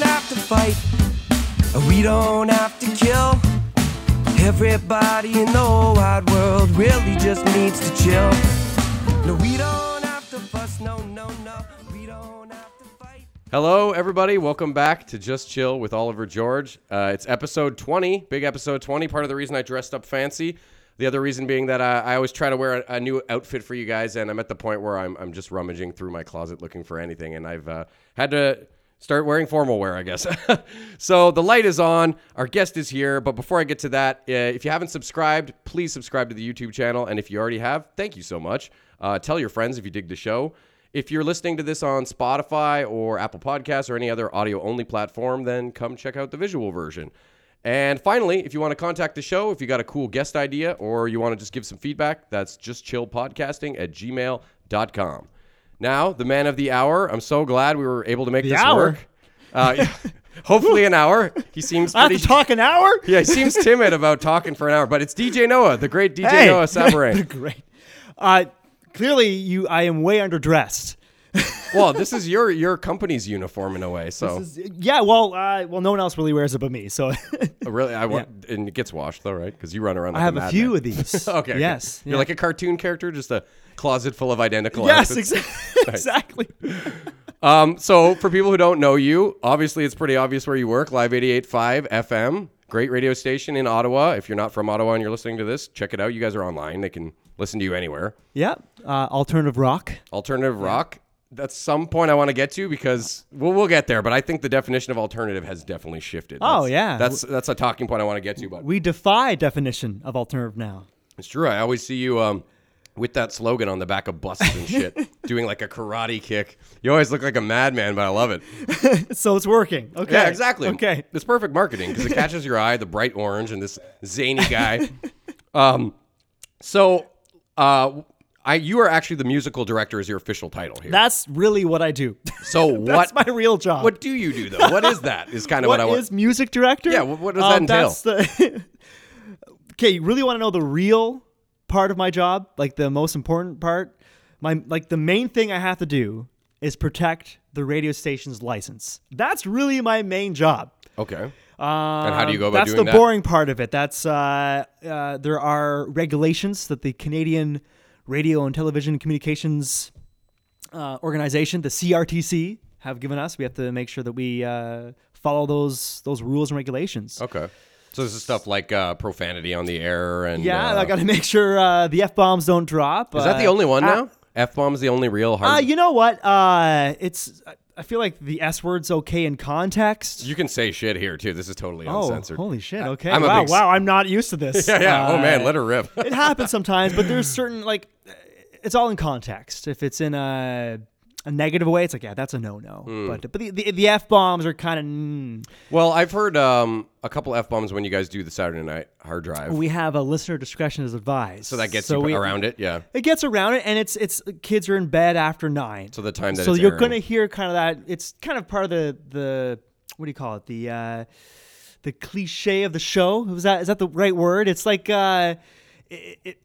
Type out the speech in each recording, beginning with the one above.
fight. We don't have to kill. Everybody in the whole wide world really just needs to chill. No, we don't have to fuss. No, no, no. We don't have to fight. Hello, everybody. Welcome back to Just Chill with Oliver George. Uh, it's episode 20, big episode 20. Part of the reason I dressed up fancy. The other reason being that uh, I always try to wear a, a new outfit for you guys, and I'm at the point where I'm, I'm just rummaging through my closet looking for anything, and I've uh, had to start wearing formal wear, I guess. so the light is on. Our guest is here. But before I get to that, uh, if you haven't subscribed, please subscribe to the YouTube channel. And if you already have, thank you so much. Uh, tell your friends if you dig the show. If you're listening to this on Spotify or Apple Podcasts or any other audio only platform, then come check out the visual version. And finally, if you want to contact the show, if you got a cool guest idea or you want to just give some feedback, that's just chillpodcasting at gmail.com. Now, the man of the hour. I'm so glad we were able to make this hour? work. Uh, hopefully, an hour. He seems I have pretty. to talk an hour? yeah, he seems timid about talking for an hour, but it's DJ Noah, the great DJ Hey. Noah Sabarin. Great. Uh, clearly, you. I am way underdressed. well, this is your your company's uniform in a way, so Yeah. Well. Uh, well, no one else really wears it but me. So Oh, really, I want and it gets washed though, right? Because you run around. I like have a madman. few of these. Okay. okay. Yes. You're like a cartoon character, just a closet full of identical. Yes. outfits. Exa- exactly. Um, so for people who don't know you, obviously it's pretty obvious where you work. Live 88.5 FM, great radio station in Ottawa. If you're not from Ottawa and you're listening to this, check it out. You guys are online; they can listen to you anywhere. Yeah. Uh, alternative rock. Alternative rock. That's some point I want to get to because we'll, we'll get there. But I think the definition of alternative has definitely shifted. Oh, That's- yeah. that's that's a talking point I want to get to. But We defy definition of alternative now. it's true. I always see you um, with that slogan on the back of buses and shit, doing like a karate kick. You always look like a madman, but I love it. So it's working. Okay. Yeah, exactly. Okay. It's perfect marketing because it catches your eye, the bright orange and this zany guy. um, so, uh, I you are actually the musical director is your official title here. That's really what I do. so what? That's my real job. what do you do though? What is that? Is kind of what, I what want. is music director? Um, Yeah, wh- what does that entail? That's the okay, you really want to know the real part of my job, like the most important part. My like the main thing I have to do is protect the radio station's license. That's really my main job. okay. Um, how do you go about that's doing the that? boring part of it. That's uh, uh, there are regulations that the Canadian Radio and Television Communications uh, organization, the CRTC, have given us. We have to make sure that we uh, follow those those rules and regulations. Okay. So this is stuff like uh, profanity on the air and Yeah, uh, I got to make sure uh, the f bombs don't drop. Is that the only one now? F bomb's the only real Uh, hard. you know what? Uh, it's I- I feel like the s word's okay in context. you can say shit here too. This is totally oh, uncensored. holy shit! Okay, I'm a wow, big s- wow, I'm not used to this. yeah, yeah. oh Uh, man, let her rip. it happens sometimes, but there's certain like it's all in context. If it's in a a negative way, it's like yeah, that's a no no. Hmm. But but the the, the f bombs are kind of mm. Well, I've heard um, a couple f bombs when you guys do the Saturday night hard drive, we have a listener discretion as advised. so that gets you we- around it. Yeah. It gets around it, and it's it's kids are in bed after nine. So the time that so it's you're airing. gonna hear kind of that. It's kind of part of the the what do you call it? The uh, the cliche of the show. Was that is that the right word? It's like uh, it, it,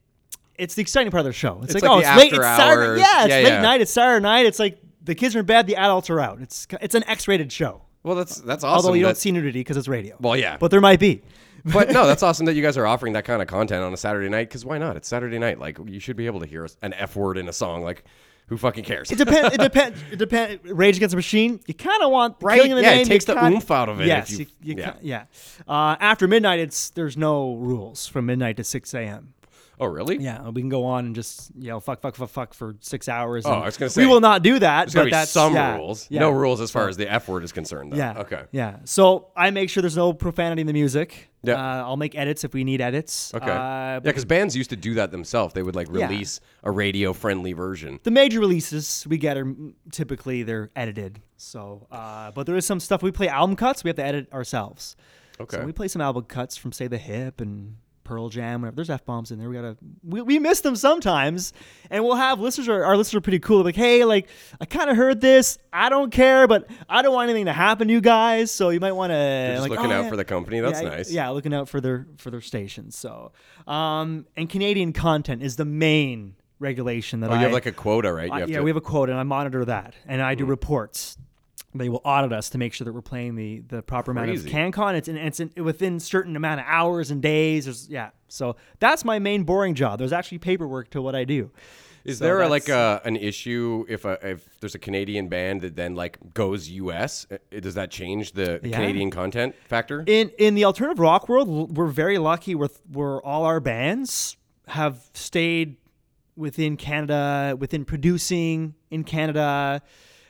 it's the exciting part of the show. It's, It's like, like oh, the it's late. after It's Saturday. hours. Yeah, it's Yeah, late yeah. night. It's Saturday night. It's like the kids are in bed. The adults are out. It's it's an X-rated show. Well, that's that's Although awesome. you don't that- see nudity because it's radio. Well, yeah. but there might be. but no, that's awesome that you guys are offering that kind of content on a Saturday night. Because why not? It's Saturday night. Like you should be able to hear us- an f word in a song. Like who fucking cares? It depends. It depends. It depends. Rage Against the Machine. You kind of want Right? Killing in the Yeah, it name. you takes the kinda- oomph out of it if Yes. you- you- you yeah. ca- yeah. Uh, after midnight, it's there's no rules from midnight to six a.m. oh really? Yeah, we can go on and just yell fuck, fuck, fuck, fuck for six hours. Oh, and I was gonna we say, will not do that. There's gotta But be that's some yeah, rules. yeah, No rules as far as the f word is concerned. Though. Yeah. Okay. Yeah. So I make sure there's no profanity in the music. Yeah. Uh, I'll make edits if we need edits. Okay. yeah, Uh, but because bands used to do that themselves. They would like Yeah. release a radio friendly version. the major releases we get are mm, typically they're edited. So, uh, but there is some stuff we play album cuts. We have to edit ourselves. Okay. So we play some album cuts from say the Hip and Pearl Jam. Whenever there's f bombs in there, we gotta we, we miss them sometimes, and we'll have listeners. Are, our listeners are pretty cool. Like, hey, like I kind of heard this. I don't care, but I don't want anything to happen to you guys. So you might want to just like, looking "Oh, out yeah." for the company. That's yeah, nice. Yeah, looking out for their for their stations. So, um, and Canadian content is the main regulation that Oh, I you have like a quota, right? You I- have yeah, to- Mm-hmm. we have a quote, and I monitor that, and I do reports they will audit us to make sure that we're playing the the proper Crazy. amount of CanCon. It's in, it's in, within certain amount of hours and days. There's, yeah, so that's my main boring job. There's actually paperwork to what I do. Is So there a, that's- like a an issue if a, if there's a Canadian band that then like goes U.S. uh, Does that change the Yeah. Canadian content factor? in in the alternative rock world l- we're very lucky with where all our bands have stayed within canada within producing in canada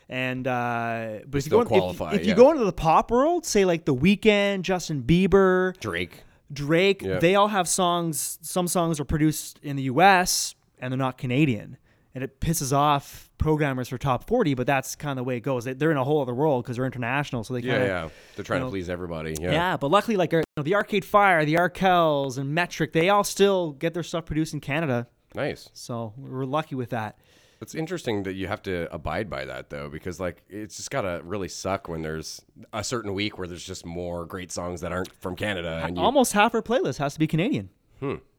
and uh but if Still you go, in- if- qualify, if, you yeah. go into the pop world say like the weekend justin bieber Drake. drake Yeah. they all have songs some songs are produced in the us and they're not canadian and it pisses off programmers for top 40 but that's kind of the way it goes They- they're in a whole other world because they're international so they kind Yeah, of yeah. They're trying to know, please everybody. yeah. Yeah. but luckily, like our, you know, the Arcade Fire, the Arkells, and Metric, they all still get their stuff produced in Canada. Nice. So we're lucky with that. It's interesting that you have to abide by that though, because like it's just gotta really suck when there's a certain week where there's just more great songs that aren't from Canada. And you, Almost half our playlist has to be Canadian.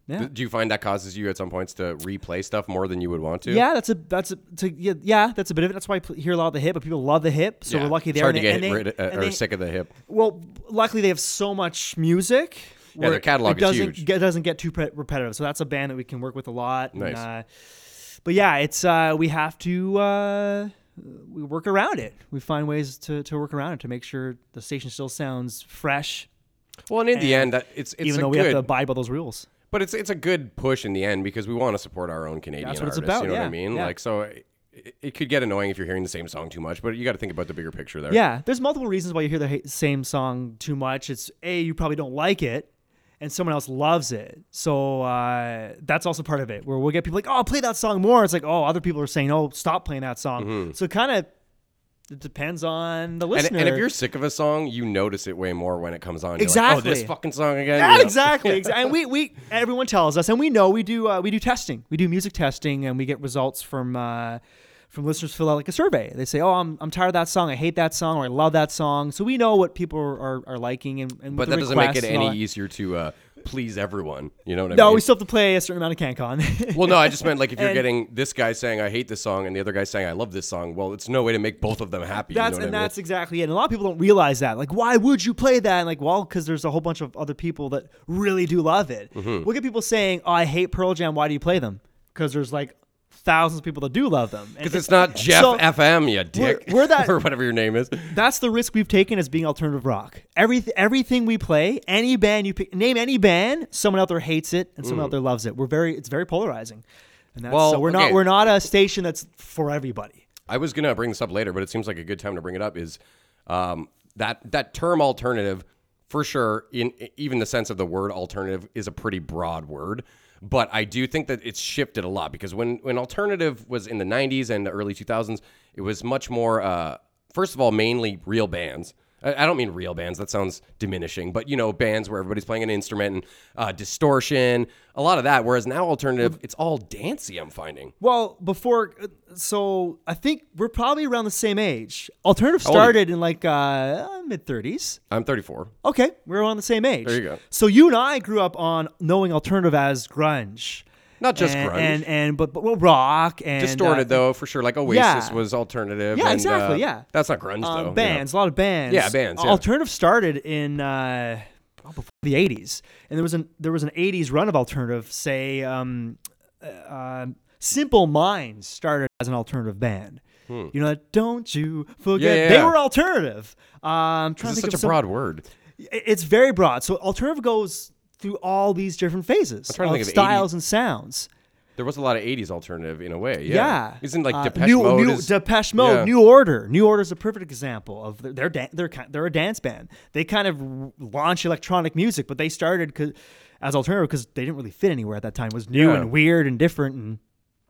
yeah. do you find that causes you at some points to replay stuff more than you would want to? Yeah, that's a that's a to, yeah, yeah that's a bit of it. That's why I pl- hear a lot of the hip, but people love the hip, so Yeah. we're lucky It's there. hard to get And they- and rid they- uh, and or they- sick of the hip. Well, luckily they have so much music. where their catalog it is doesn't huge. Get, it doesn't get too pre- repetitive, so that's a band that we can work with a lot. and, Nice. uh, but yeah, it's uh, we have to uh, we work around it. We find ways to, to work around it to make sure the station still sounds fresh, Well, and in the end, that, it's it's even a though we good, have to abide by those rules. But it's it's a good push in the end because we want to support our own Canadian That's what it's artists. about, You know what I yeah, mean? yeah. Like so, it, it could get annoying if you're hearing the same song too much. But you got to think about the bigger picture there. Yeah, there's multiple reasons why you hear the ha- same song too much. It's a you probably don't like it, and someone else loves it. So uh, that's also part of it. Where we'll get people like, "Oh, play that song more." It's like, "Oh, other people are saying, oh, stop playing that song." So kind of it depends on the Mm-hmm. And, listener. and if you're sick of a song, you notice it way more when it comes on. You're like, oh, this Exactly. fucking song again. yeah, You know? exactly, exa- and we we everyone tells us, and we know we do uh, we do testing, we do music testing, and we get results from. Uh, from listeners fill out like a survey. They say, "Oh, I'm, I'm tired of that song. I hate that song, or I love that song." So we know what people are, are, are liking and, and But the that doesn't make it requests and all any that. easier to uh, please everyone. You know what I No, mean? we still have to play a certain amount of CanCon. well, no, I just meant like if you're And- getting this guy saying I hate this song and the other guy saying I love this song. Well, it's no way to make both of them happy. you that's know what and I mean? that's exactly it. And a lot of people don't realize that. Like, why would you play that? And like, well, because there's a whole bunch of other people that really do love it. Mm-hmm. We'll get people saying, "Oh, I hate Pearl Jam. Why do you play them?" Because there's like thousands of people that do love them. And because it's not Jeff So- FM, you dick, we're that- or whatever your name is. that's the risk we've taken as being alternative rock. Every everything we play, any band you pick, name any band, someone out there hates it and someone out there loves it. We're very it's very polarizing. And that's, Mm. Well, so we're not okay. we're not a station that's for everybody. I was gonna bring this up later, but it seems like a good time to bring it up. Is um, that that term alternative for sure? In even the sense of the word alternative is a pretty broad word, but I do think that it's shifted a lot because when when alternative was in the '90s and the early 2000s, it was much more. Uh, first of all, mainly real bands. I I don't mean real bands. That sounds diminishing, but you know, bands where everybody's playing an instrument and uh, distortion, a lot of that. Whereas now, Mm. alternative, it's all dancey. I'm finding. Well, before, uh, so I think we're probably around the same age. Alternative old are you? started in like uh, mid 30s. I'm 34. Okay, we're on the same age. There you go. So you and I grew up on knowing alternative as grunge. Not just and, grunge. and and but, but well, rock and distorted uh, though for sure. Like Oasis yeah. was alternative. Yeah, and, exactly, uh, yeah. that's not grunge uh, though. bands, a lot of bands. Yeah, bands, yeah. Alternative started in uh, well, before the '80s, and there was an there was an '80s run of alternative. Say, um, uh, um, Simple Minds started as an alternative band. You know, that, don't you forget Hmm. Yeah, yeah, they yeah. were alternative. Um, I'm trying to This is think such a of some- broad word. i- It's very broad. So alternative goes through all these different phases trying to think of 80 styles and sounds. There was a lot of '80s alternative in a way. Yeah, Yeah. isn't like Uh, Depeche new, Mode? New, is, Depeche Mode, yeah. New Order. New Order is a perfect example of they're they're, dan- they're ki- they're a dance band. They kind of r- launch electronic music, but they started 'cause- as alternative because they didn't really fit anywhere at that time. It was new Yeah. and weird and different, and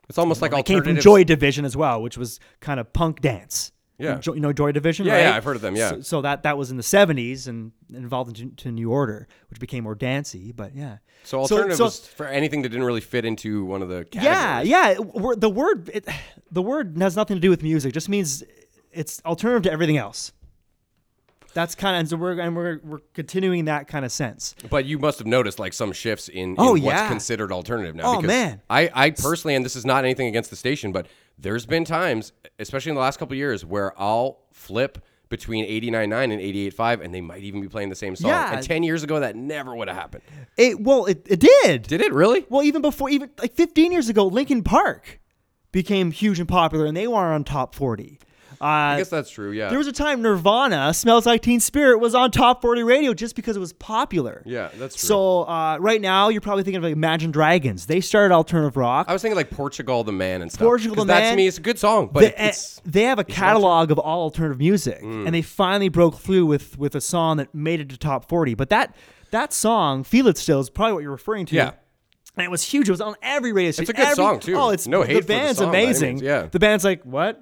it's almost like it came from alternative. Joy Division as well, which was kind of punk dance. Yeah. Jo- you know Joy Division. Yeah, right? yeah, I've heard of them, yeah. so, so that that was in the '70s and involved into to New Order, which became more dancey. But yeah, so alternative so- was for anything that didn't really fit into one of the yeah, categories. yeah. it- we're- the word it, the word has nothing to do with music. Just means it's alternative to everything else. That's kind of and so we're and we're we're continuing that kind of sense. But you must have noticed like some shifts in, in Oh, what's yeah. considered alternative now. Oh, because man. I, I personally, and this is not anything against the station, but there's been times, especially in the last couple of years, where I'll flip between 89.9 and 88.5, and they might even be playing the same song. Yeah. And 10 years ago, that never would have happened. It well, it, it did. Did it really? Well, even before, even like 15 years ago, Linkin Park became huge and popular, and they were on top 40. Uh, I guess that's true, yeah. there was a time Nirvana, Smells Like Teen Spirit, was on top 40 radio just because it was popular. yeah, that's true. So uh, right now, you're probably thinking of like Imagine Dragons. They started alternative rock. I was thinking like Portugal the Man and stuff. Portugal the 'Cause that Man. to me, it's a good song, but they, eh, it's Mm. they have a catalog of all alternative music, and they finally broke through with with a song that made it to top forty. But that that song, "Feel It Still," is probably what you're referring to. Yeah. and it was huge. It was on every radio a station. good every- song, too. Oh, it's No hate The for the band's song by any means, amazing. yeah. the band's like, what?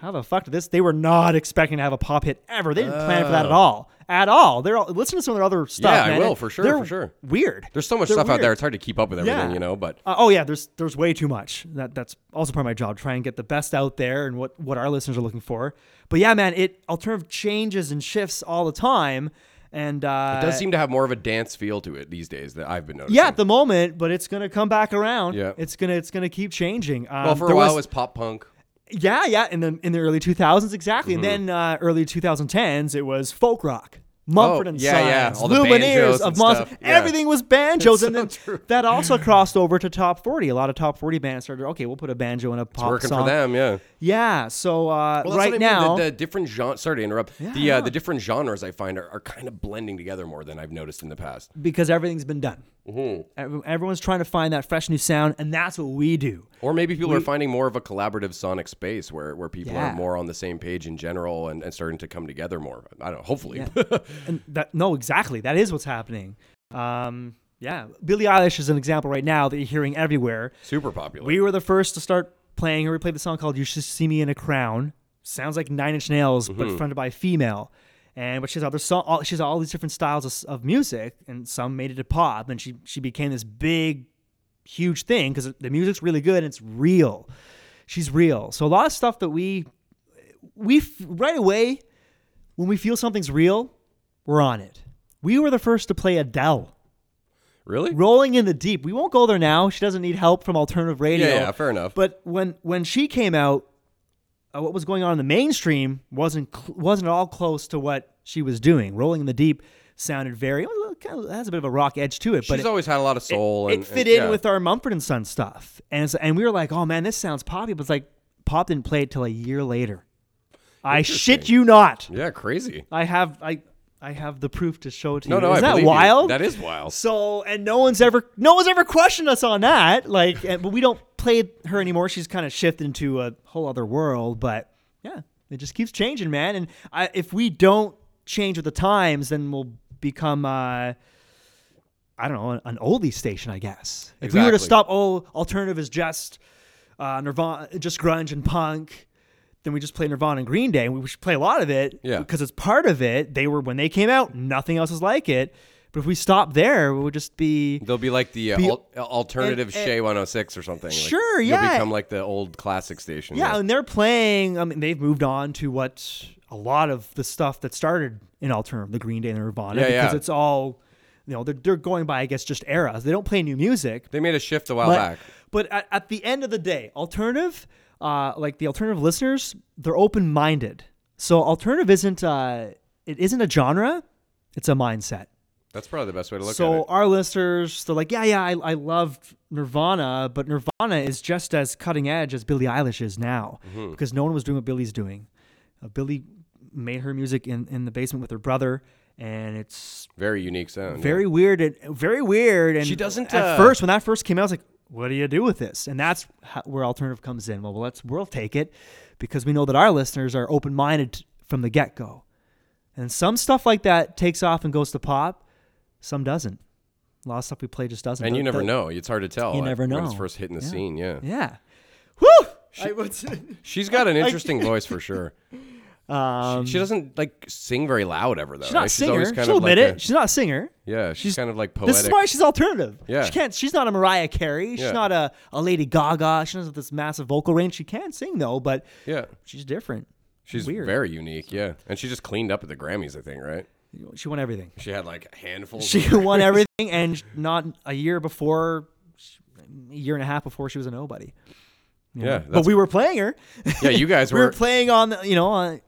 How the fuck did this? They were not expecting to have a pop hit ever. They didn't plan for that at all. At all. They're all, listen to some of their other stuff. Oh. Yeah, I man. will, for sure, They're for sure. Weird. there's so much They're stuff out there. weird. It's hard to keep up with everything, Yeah. you know. But Uh, oh yeah, there's there's way too much. That that's also part of my job. Try and get the best out there and what what our listeners are looking for. But yeah, man, it alternative changes and shifts all the time, and uh, it does seem to have more of a dance feel to it these days that I've been noticing. yeah at the moment, but it's gonna come back around. Yeah. it's gonna it's gonna keep changing. Um, well, for a there while it was pop punk. yeah yeah in the in the early 2000s exactly, Mm-hmm. and then uh, early 2010s it was folk rock. Mumford Oh, and yeah, yeah, Sons, all the Lumineers banjos of and Monster. stuff, yeah. Everything was It's banjos, and so then true. that also crossed over to top forty. A lot of top forty bands started. Okay, we'll put a banjo in a pop Working song. for them, yeah. Yeah. So uh, Well, that's right what I mean, now, the, the different genres. Sorry to interrupt. the Yeah. uh, the different genres I find are, are kind of blending together more than I've noticed in the past. because everything's been done, Mm-hmm. Every- everyone's trying to find that fresh new sound, and that's what we do. Or maybe people are finding more of a collaborative sonic space where, where people Yeah. are more on the same page in general and, and starting to come together more. I don't know, hopefully. And that no, exactly, that is what's happening. Um, yeah, Billie Eilish is an example right now that you're hearing everywhere. Super popular. We were the first to start playing her. We played the song called "You Should See Me in a Crown." Sounds like Nine Inch Nails, but fronted by a female. And but she's other song, all, she's all these different styles of, s- of music, and some made it to pop, and she she became this big, huge thing because the music's really good and it's real. She's real. So a lot of stuff that we we f- right away when we feel something's real, we're on it. We were the first to play Adele. really? Rolling in the Deep. We won't go there now. She doesn't need help from alternative radio. Yeah, yeah, fair enough. But when when she came out, uh, what was going on in the mainstream wasn't cl- wasn't at all close to what she was doing. Rolling in the Deep sounded very well, it kind of has a bit of a rock edge to it, but She's it, always had a lot of soul. it and, fit and- in yeah. with our Mumford and Son stuff, and it's, and we were like, oh man, this sounds poppy, but it's like pop didn't play it till a year later. I shit you not. Yeah, crazy. I have I I have the proof to show to No, you. no, Isn't I that believe you. wild? That is wild. So, and no one's ever no one's ever questioned us on that. Like, and, but we don't play her anymore. She's kind of shifted into a whole other world. But yeah, it just keeps changing, man. And I, if we don't change with the times, then we'll become. Uh, I don't know, an, an oldie station, I guess. If we were to Exactly. stop, oh, alternative is just uh, Nirvana, just grunge and punk, then we just play Nirvana and Green Day, and we should play a lot of it, Yeah. because it's part of it. They were when they came out, nothing else is like it. But if we stop there, we would just be They'll be like the uh, Be- al- alternative and- and- Shea 106 or something. Like, Sure, You'll yeah. become like the old classic station. yeah, and they're playing. I mean, they've moved on to what a lot of the stuff that started in alternative, the Green Day and Nirvana, Yeah, because yeah. it's all. You know, they're, they're going by, I guess, just eras. They don't play new music, They made a shift a while but, back. But at, at the end of the day, alternative, uh, like the alternative listeners, they're open minded. So alternative isn't uh, it isn't a genre, it's a mindset. That's probably the best way to look so at it. our listeners, they're like, yeah, yeah, I, I loved Nirvana, but Nirvana is just as cutting edge as Billie Eilish is now Mm-hmm. because no one was doing what Billie's doing. Uh, Billie made her music in, in the basement with her brother, and it's Very unique sound. very weird and very weird and She doesn't, at uh, first when that first came out I was like what do you do with this and that's how, where alternative comes in well let's we'll take it because we know that our listeners are open-minded from the get-go and some stuff like that takes off and goes to pop some doesn't a lot of stuff we play just doesn't yeah. And you But never the- know. It's hard to tell. You uh, never When it's know. first hitting the Yeah. scene, yeah. yeah Woo! I was- She's got an interesting voice for sure. um, She doesn't like sing very loud ever though. she's not a right? singer always kind she'll of like admit it a- she's not a singer yeah, she's, She's- kind of like poetic. This is why she's alternative. Yeah. She can't she's not a Mariah Carey. She's Yeah. not a, a Lady Gaga. She doesn't have this massive vocal range. She can sing though, but yeah, she's different. she's weird. very unique. Yeah, and she just cleaned up at the Grammys, I think. Right? She won everything. She had like handfuls. of- She won everything and not a year before a year and a half before she was a nobody. yeah, But that's- we were playing her. yeah. You guys We were were playing on the, you know, on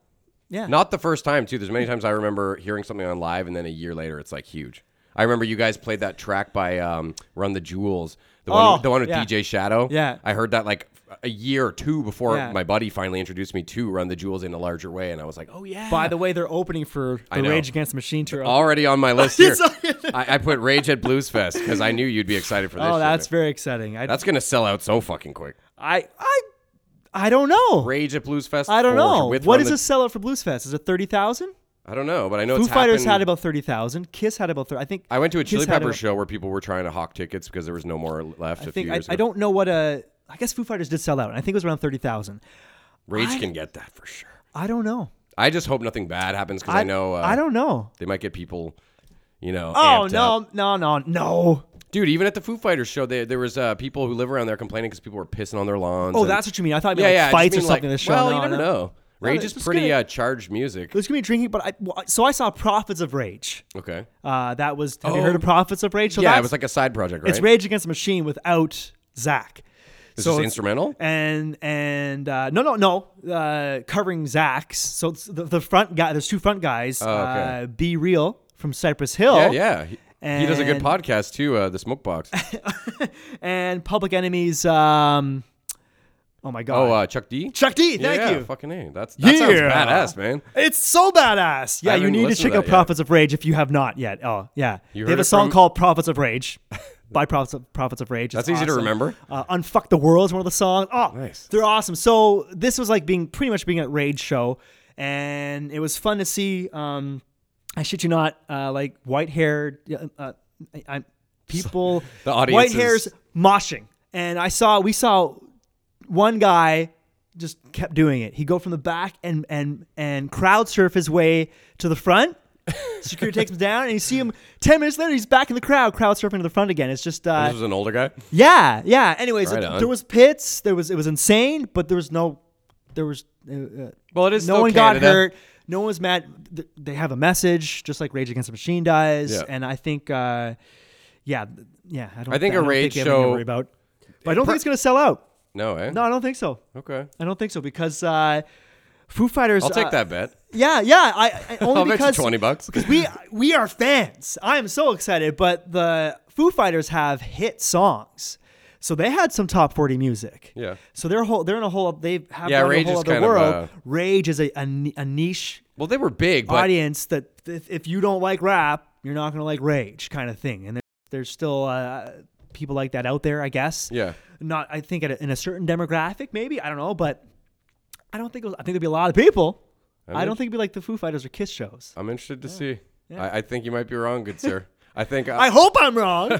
Yeah. Not the first time too. There's many times I remember hearing something on live, and then a year later, it's like huge. I remember you guys played that track by um, Run the Jewels, the one, Oh, the one with yeah. DJ Shadow. Yeah. I heard that like a year or two before Yeah. my buddy finally introduced me to Run the Jewels in a larger way, and I was like, oh yeah. By the way, they're opening for I the know. Rage Against the Machine tour. Already on my list here. It's on I, I put Rage at Blues Fest because I knew you'd be excited for this. oh, shit. that's very exciting. I, that's gonna sell out so fucking quick. I, I, I don't know. Rage at Blues Fest. I don't for- know. With What Run is the- a sellout for Blues Fest? Is it thirty thousand? I don't know, but I know Foo it's Fighters happened- had about thirty thousand. Kiss had about thirty. I think I went to a Kiss Chili had Peppers about- show where people were trying to hawk tickets because there was no more left. I a think few I, years I ago. don't know what a. I guess Foo Fighters did sell out. and I think it was around thirty thousand. Rage I- can get that for sure. I don't know. I just hope nothing bad happens because I, know uh, I don't know. they might get people, you know. Oh amped no, up. no, no, no! dude! Even at the Foo Fighters show, they, there was uh, people who live around there complaining because people were pissing on their lawns. Oh, and- that's what you mean. I thought you yeah, meant yeah. I like just fights or mean, like, something. in the show. Well, no, you never no. know. Rage it's is just pretty gonna- uh, charged music. There's gonna be drinking, but I well, so I saw Prophets of Rage. Okay. Uh, that was have Oh. you heard of Prophets of Rage? So yeah, that's, it was like a side project, right? it's Rage Against the Machine without Zach. It's so just it's- instrumental. and and uh, no no no uh, covering Zach's. So it's the, the front guy. There's two front guys. Oh, okay. uh, Be real from Cypress Hill. Yeah, yeah. He, he does a good Oh. and- podcast too. Uh, the Smoke Box. And Public Enemies. Um, oh my god. Oh, uh, Chuck D. Chuck D. Thank yeah, you. Fucking a. That's that Yeah. sounds badass, man. It's so badass. Yeah, I you haven't need to listened check to out that yet. Prophets of Rage if you have not yet. Oh, yeah. You heard they have it a song from- called Prophets of Rage by Prophets of, Prophets of Rage. It's That's easy to awesome. remember. Uh, Unfuck the World is one of the songs. Oh, Nice. They're awesome. So this was like being pretty much being at Rage show, and it was fun to see. Um, I shit you not, uh, like white haired uh, I, I, people, The audience white is- hairs moshing, and I saw we saw one guy just kept doing it. He'd go from the back and and and crowd surf his way to the front. Security takes him down, and you see him ten minutes later. He's back in the crowd, crowd surfing to the front again. It's just uh, This was an older guy. yeah, yeah. Anyways, Right it- on. there was pits. There was it was insane, but there was no, there was uh, uh, Well, it is no still one got Canada. hurt. No one was mad. Th- They have a message, just like Rage Against the Machine does. Yeah. and I think, uh, yeah, th- yeah. I don't. I think I a don't Rage they have anything to show- worry about. But I don't think it's gonna sell out. No, eh? No, I don't think so. Okay. I don't think so because uh, Foo Fighters. I'll uh, take that bet. Yeah, yeah. I, I only I'll bet you because twenty bucks. because we we are fans. I am so excited. But the Foo Fighters have hit songs, so they had some top forty music. Yeah. So they're whole. They're in a whole. They have Yeah, yeah, Rage a whole is other kind of world. a- Rage is a a, ni- a niche Well, they were big, but audience that if, if you don't like rap, you're not gonna like Rage, kind of thing. And there- there's still uh, people like that out there, I guess. yeah. Not, I think at a, in a certain demographic, maybe I don't know, but I don't think it was, I think there'd be a lot of people. I, mean- don't think it'd be like the Foo Fighters or Kiss shows. I'm interested to see. I, I think you might be wrong, good sir. I think I uh, hope I'm wrong.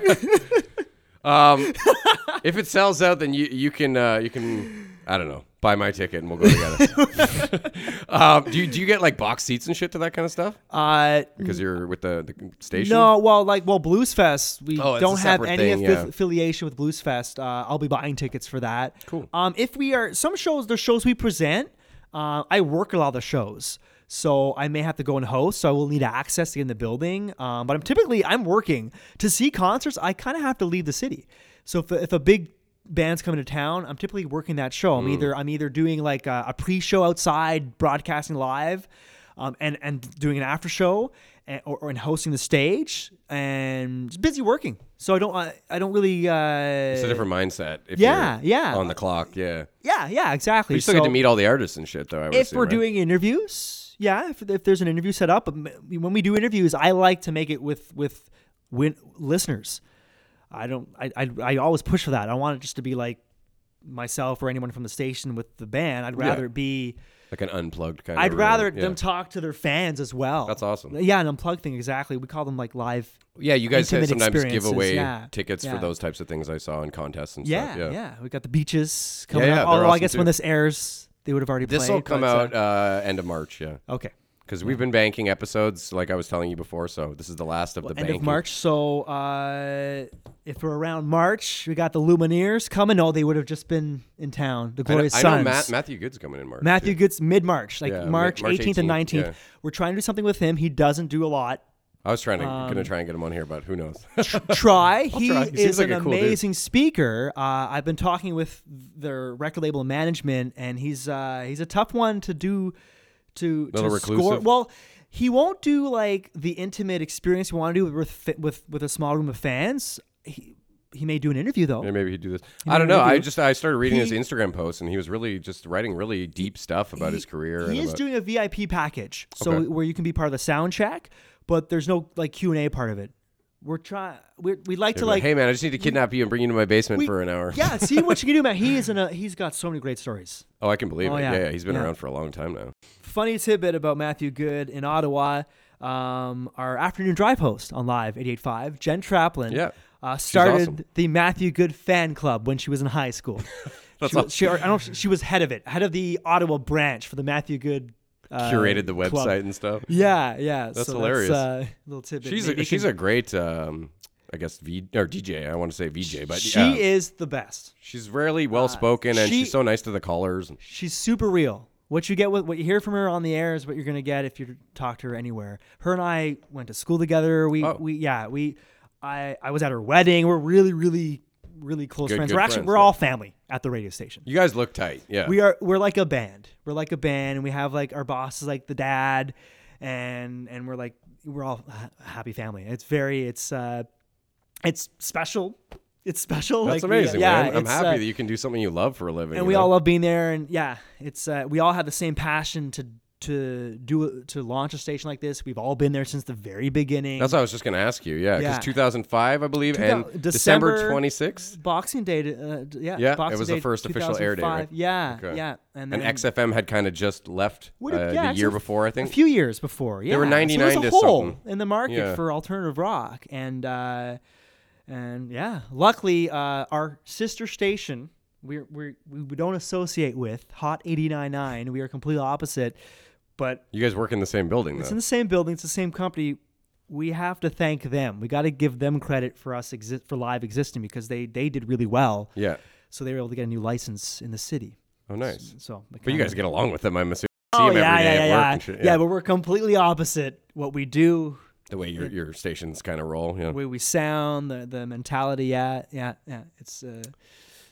um, if it sells out, then you you can uh, you can I don't know buy my ticket and we'll go together. um, do you do you get like box seats and shit to that kind of stuff Uh, because you're with the, the station? no, well, like, well, Bluesfest, we Oh, it's don't a have separate any thing, affi- yeah. affiliation with Bluesfest. Uh, I'll be buying tickets for that. Cool. Um, if we are some shows, there's shows we present. Uh, I work a lot of the shows, so I may have to go and host. So I will need access to get in the building. Um, but I'm typically I'm working to see concerts. I kind of have to leave the city. So if, if a big band's coming to town, I'm typically working that show. Hmm. I'm either I'm either doing like a, a pre-show outside, broadcasting live, um, and and doing an after show, and, or, or and hosting the stage, and just busy working. So I don't I, I don't really. Uh, It's a different mindset. If Yeah, you're yeah. On the clock, yeah. yeah, yeah, exactly. You still So- get to meet all the artists and shit, though. I would if assume, we're right? doing interviews yeah if, if there's an interview set up um, when we do interviews i like to make it with with win- listeners i don't I, I i always push for that i want it just to be like myself or anyone from the station with the band i'd rather it be like an unplugged kind. i'd of rather room, yeah. them talk to their fans as well That's awesome. yeah an unplugged thing exactly we call them like live Yeah, you guys intimate sometimes give experiences, away yeah, tickets for yeah. those types of things. I saw in contests and yeah, stuff. yeah we got the beaches coming yeah, up they're although i awesome guess too. when this airs they would have already This played will come but, out uh, uh, end of March. Yeah, okay because we've been banking episodes, like I was telling you before. So this is the last of the end banking. of March. So uh, if we're around March, we got the Lumineers coming. No, they would have just been in town. The I know, Glorious I know Sons. Matt, Matthew Good's coming in March. Matthew too. Good's mid March, like Yeah, mi- March, March 18th and 18th, 19th. yeah. We're trying to do something with him. He doesn't do a lot. I was trying to Um, gonna try and get him on here, but who knows? Try. he try. He seems is like an a cool dude. amazing speaker. Uh, I've been talking with their record label management, and he's uh, he's a tough one to do to, to Little score. reclusive? Well, he won't do like the intimate experience you want to do with with with, with a small room of fans. He, he may do an interview though. Yeah, maybe he'd do this. may I don't know. I interview- just I started reading his He- Instagram posts, and he was really just writing really deep stuff about He- his career. He and is about, doing a VIP package, so Okay. where you can be part of the sound check, but there's no like Q and A part of it. We're trying. We're, we'd like to like. hey man, I just need to kidnap you and bring you to my basement we- for an hour. yeah, see what you can do, man. He is in a. He's got so many great stories. Oh, I can believe Oh, it. yeah. Yeah. yeah, he's been Yeah. around for a long time now. Funny tidbit about Matthew Good in Ottawa. Um, our afternoon drive host on Live 88.5, Jen Traplin. Yeah. Uh, started awesome. the Matthew Good fan club when she was in high school. she, was- she, or, I don't, she was head of it, head of the Ottawa branch for the Matthew Good. Uh, Curated the website club. and stuff. Yeah, yeah. That's so hilarious. That's, uh, little tidbit. She's Maybe a, you she's can- a great, um, I guess, v, or DJ. I want to say VJ, but she yeah. is the best. she's rarely well spoken, and she- she's so nice to the callers. And She's super real. What you get with what you hear from her on the air is what you're gonna get if you talk to her anywhere. Her and I went to school together. We Oh. we yeah we I I was at her wedding. We're really really really close Good- friends. good we're actually friends, we're yeah. all family at the radio station. You guys look tight. Yeah. We are we're like a band. We're like a band, and we have like our boss is like the dad, and and we're like we're all ha- happy family. It's very it's uh it's special. It's special. That's like, we- amazing. yeah, man. I'm it's, happy uh, that you can do something you love for a living. and you we know? all love being there and yeah it's uh, we all have the same passion to to do to launch a station like this we've all been there since the very beginning That's what I was just going to ask you. Yeah, because Yeah. 2005, I believe, Two and thou- December December- 26th, boxing day to, uh, d- yeah Yeah, it boxing was the Day first official air date, right? 2005. yeah Okay. yeah and and then XFM had kind of just left Would have- uh, yeah, the it's year a- before, I a think. few years before yeah were So 99 there to was a hole something. in the market Yeah. for alternative rock and uh and yeah luckily uh our sister station we're, we're, we don't associate with Hot 89.9. We are completely opposite, but You guys work in the same building, It's though. in the same building. It's the same company. We have to thank them. We got to give them credit for us exist for live existing because they they did really well. yeah. So they were able to get a new license in the city. Oh, nice. So, But you guys get along with them, I'm assuming. See oh them every yeah, day yeah, at yeah. work and shit, yeah, but we're completely opposite. What we do, the way your your stations kind of roll. Yeah. the way we sound, the the mentality. Yeah, yeah, yeah. It's uh,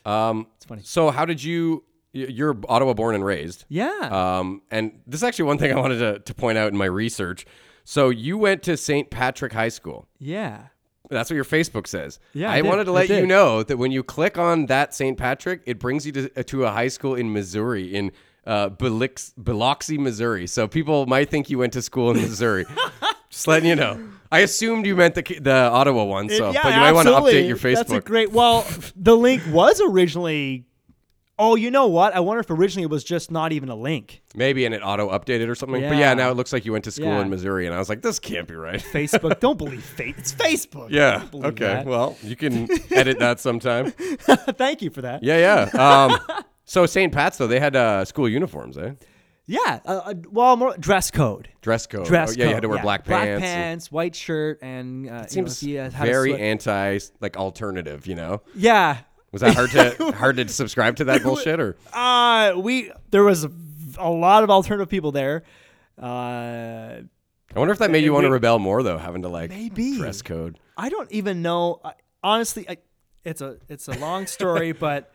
Um, it's funny. so how did you? y- You're Ottawa born and raised. Yeah, Um, and this is actually one thing I wanted to, to point out in my research. So you went to St. Patrick High School. yeah. That's what your Facebook says. Yeah, I I, did. wanted to I let you did. know that when you click on that St. Patrick, it brings you to, uh, to a high school in Missouri, in uh, Bilox- Biloxi, Missouri. So people might think you went to school in Missouri. Just letting you know. I assumed you meant the ki- the Ottawa one, so yeah, but you might want to absolutely. update your Facebook. That's a great. Well, the link was originally. Oh, you know what? I wonder if originally it was just not even a link. Maybe and it auto updated or something. But yeah, Yeah. now it looks like you went to school Yeah. in Missouri, and I was like, this can't be right. Facebook. Don't believe fa- it's Facebook. Yeah. Don't believe Okay. that. Well, you can edit that sometime. Thank you for that. Yeah, yeah. Um, so St. Pat's though, they had uh, school uniforms, eh? Yeah. Uh, uh, well, more dress code. Dress code. Dress oh, yeah, you had to code, wear black pants. black and- pants, white shirt, and uh, you know, Seems if you, uh, had a very sweat- anti like alternative, you know? yeah. Was that hard to hard to subscribe to that bullshit or Uh, we there was a, a lot of alternative people there. Uh, I wonder if that made you want to we- rebel more though, having to like Maybe. dress code. I don't even know. I, honestly, I, it's a it's a long story, but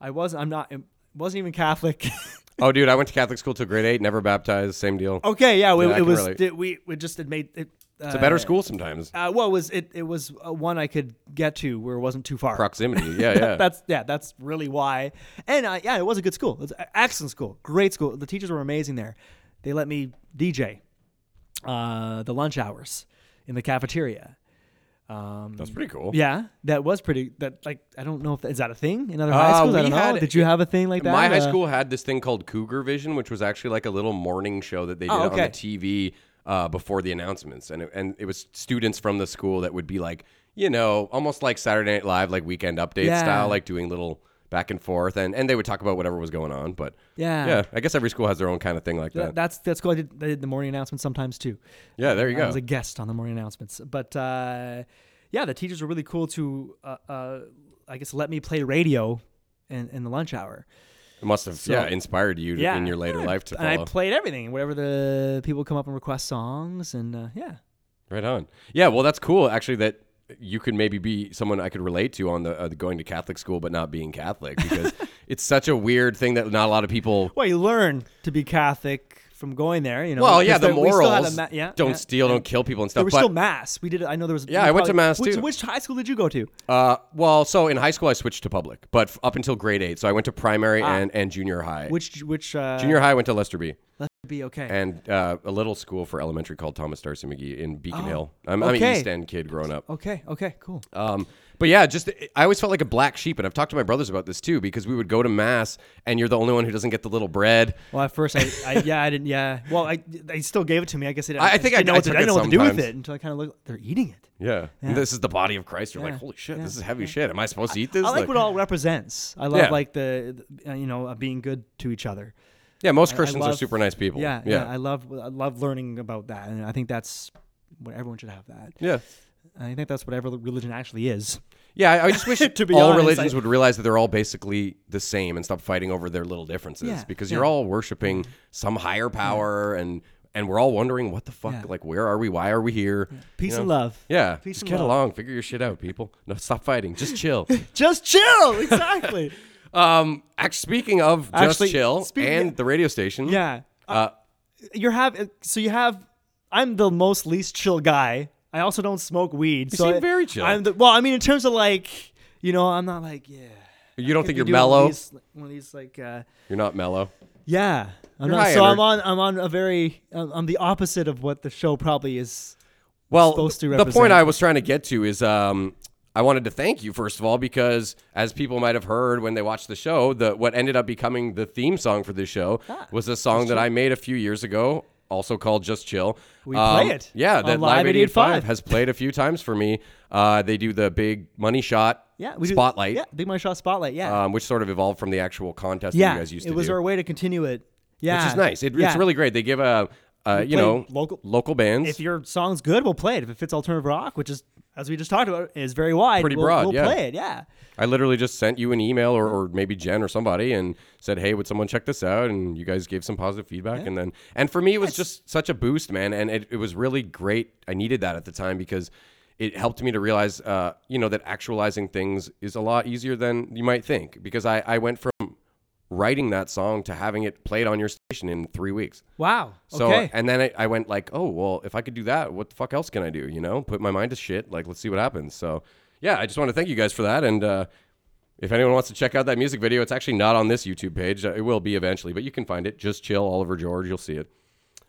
I was I'm not wasn't even Catholic. Oh dude, I went to Catholic school till grade eight, never baptized, same deal. okay, yeah, we, Yeah, I it can was relate. it, we we just it made it. It's a better school sometimes. Uh, well, it was it? It was uh, one I could get to where it wasn't too far. Proximity. Yeah, yeah. That's yeah. That's really why. And uh, yeah, it was a good school. It's an excellent school. Great school. The teachers were amazing there. They let me DJ uh, the lunch hours in the cafeteria. Um, That's pretty cool. yeah, that was pretty. That like I don't know if that, is that a thing in other Uh, high schools. we I don't know. had- Did you have a thing like that? My high Uh, school had this thing called Cougar Vision, which was actually like a little morning show that they did Oh, on okay. the TV uh, before the announcements, and it, and it was students from the school that would be like, you know, almost like Saturday Night Live, like Weekend Update Yeah. style, like doing little back and forth, and and they would talk about whatever was going on. But Yeah. yeah, I guess every school has their own kind of thing like Th- that. that's that's cool. I did, I did the morning announcement sometimes too. yeah, there you I go. was a guest on the morning announcements. But uh, yeah, the teachers were really cool to, uh, uh, I guess, let me play radio in, in the lunch hour. it must have yeah inspired you to- Yeah. in your later Yeah. life to And I follow. played everything, whatever the people come up and request songs. And uh, yeah. Right on. Yeah, well, that's cool. Actually, that you could maybe be someone I could relate to on the uh, going to Catholic school, but not being Catholic because it's such a weird thing that not a lot of people. Well, you learn to be Catholic from going there. You know, Well, yeah, because the there- we still had a morals. ma- yeah, don't yeah, steal, yeah. don't kill people and There stuff. was But still mass. We did. I know there was. Yeah, we I went to probably- mass, which, too. Which high school did you go to? uh, well, so in high school I switched to public, but f- up until grade eight, so I went to primary and, and junior high. Which which Ah. uh, junior high I went to Lester B. Let's be okay. and uh, a little school for elementary called Thomas Darcy McGee in Beacon Hill. I'm, I'm an Oh. okay. East End kid growing up. okay. Okay. Cool. Um, but yeah, just I always felt like a black sheep, and I've talked to my brothers about this too because we would go to mass, and you're the only one who doesn't get the little bread. Well, at first, I, I yeah, I didn't. Yeah. Well, I they still gave it to me. I guess I didn't. I- I just think I- didn't know I what to, took I didn't it know what to do with sometimes. it until I kind of look. They're eating it. Yeah, And this is the body of Christ. You're like, Yeah. holy shit, Yeah. this is heavy shit. Am I supposed to eat this? I like what all represents. I love Yeah. like the, the, uh, you know uh, being good to each other. yeah, most I Christians are love- super nice people. Yeah, yeah. yeah, I love I love learning about that, and I think that's what everyone should have. That yeah. I think that's what every religion actually is. Yeah, I I just wish To be all honest, religions I- would realize that they're all basically the same and stop fighting over their little differences Yeah, because yeah. you're all worshiping some higher power and and we're all wondering what the fuck Yeah. like where are we why are we here Peace You and know? love. yeah Peace just and get love. along figure your shit out people no stop fighting just chill Just chill. Exactly. um act speaking of just Actually, chill speaking- and the radio station yeah. uh, you have uh, so you have I'm the most least chill guy. I also don't smoke weed. so seem I- very chill. I'm the, well, I mean in terms of like, you know, I'm not like yeah. you don't think You you're do one of mellow these- like, One of these, like uh, you're not mellow yeah. I'm You're not, high so I'm ener- on I'm on a very I'm I'm the opposite of what the show probably is. well supposed to th- the point represent. i was trying to get to is um i wanted to thank you first of all because as people might have heard when they watched the show the what ended up becoming the theme song for this show Ah, was a song that i made a few years ago also called just chill we play it yeah on that Live live 88.5. 88.5 has played a few times for me uh, they do the big money shot Yeah, we do- spotlight yeah, Big Money Shot Spotlight. Yeah, um, which sort of evolved from the actual contest yeah. that you guys used it to was do our way to continue it. Yeah, which is nice it, Yeah. it's really great they give a uh, you play know local- local bands If your song's good, we'll play it. If it fits alternative rock, which is as we just talked about, is very wide. Pretty we'll, broad, We'll yeah. play it. Yeah. I literally just sent you an email or, or maybe Jen or somebody and said, Hey, would someone check this out? And you guys gave some positive feedback. And then, and for me, it was just such a boost, man. And it, it was really great. I needed that at the time because it helped me to realize, uh, you know, that actualizing things is a lot easier than you might think because I, I went from writing that song to having it played on your station in three weeks. Wow. So, okay. and then I, I went like, oh, well, if I could do that, what the fuck else can I do? You know, put my mind to shit. Like, let's see what happens. So, yeah, I just want to thank you guys for that. And uh, if anyone wants to check out that music video, it's actually not on this YouTube page. Uh, It will be eventually, but you can find it. Just chill, Oliver George. You'll see it.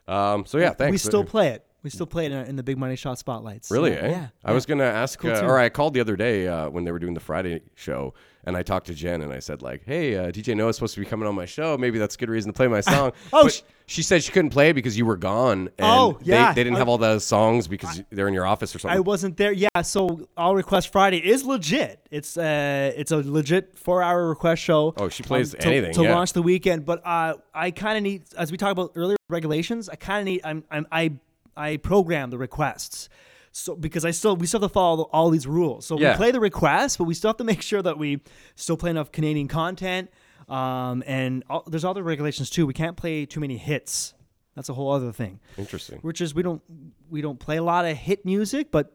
Um, so, yeah, thanks. We still play it. We still play it in, in the Big Money Shot spotlights. Really? Yeah. eh? yeah. I was gonna ask, uh, too. or I called the other day uh, when they were doing the Friday show, and I talked to Jen, and I said like, "Hey, uh, DJ Noah's supposed to be coming on my show. Maybe that's a good reason to play my song." Oh, But sh- she said she couldn't play because you were gone. And Oh, they- yeah. They, didn't have all those songs because they're in your office or I something. wasn't there. Yeah. So All Request Friday is legit. It's uh, it's a legit four-hour request show. Oh, she plays to, anything, to yeah. launch the weekend. But uh, I kind of need, as we talked about earlier, regulations. I kind of need. I'm, I'm I I program the requests. So because I still we still have to follow all these rules. So Yeah. we play the requests, but we still have to make sure that we still play enough Canadian content. Um, and all, there's other regulations too. We can't play too many hits. That's a whole other thing Interesting. which is we don't we don't play a lot of hit music, but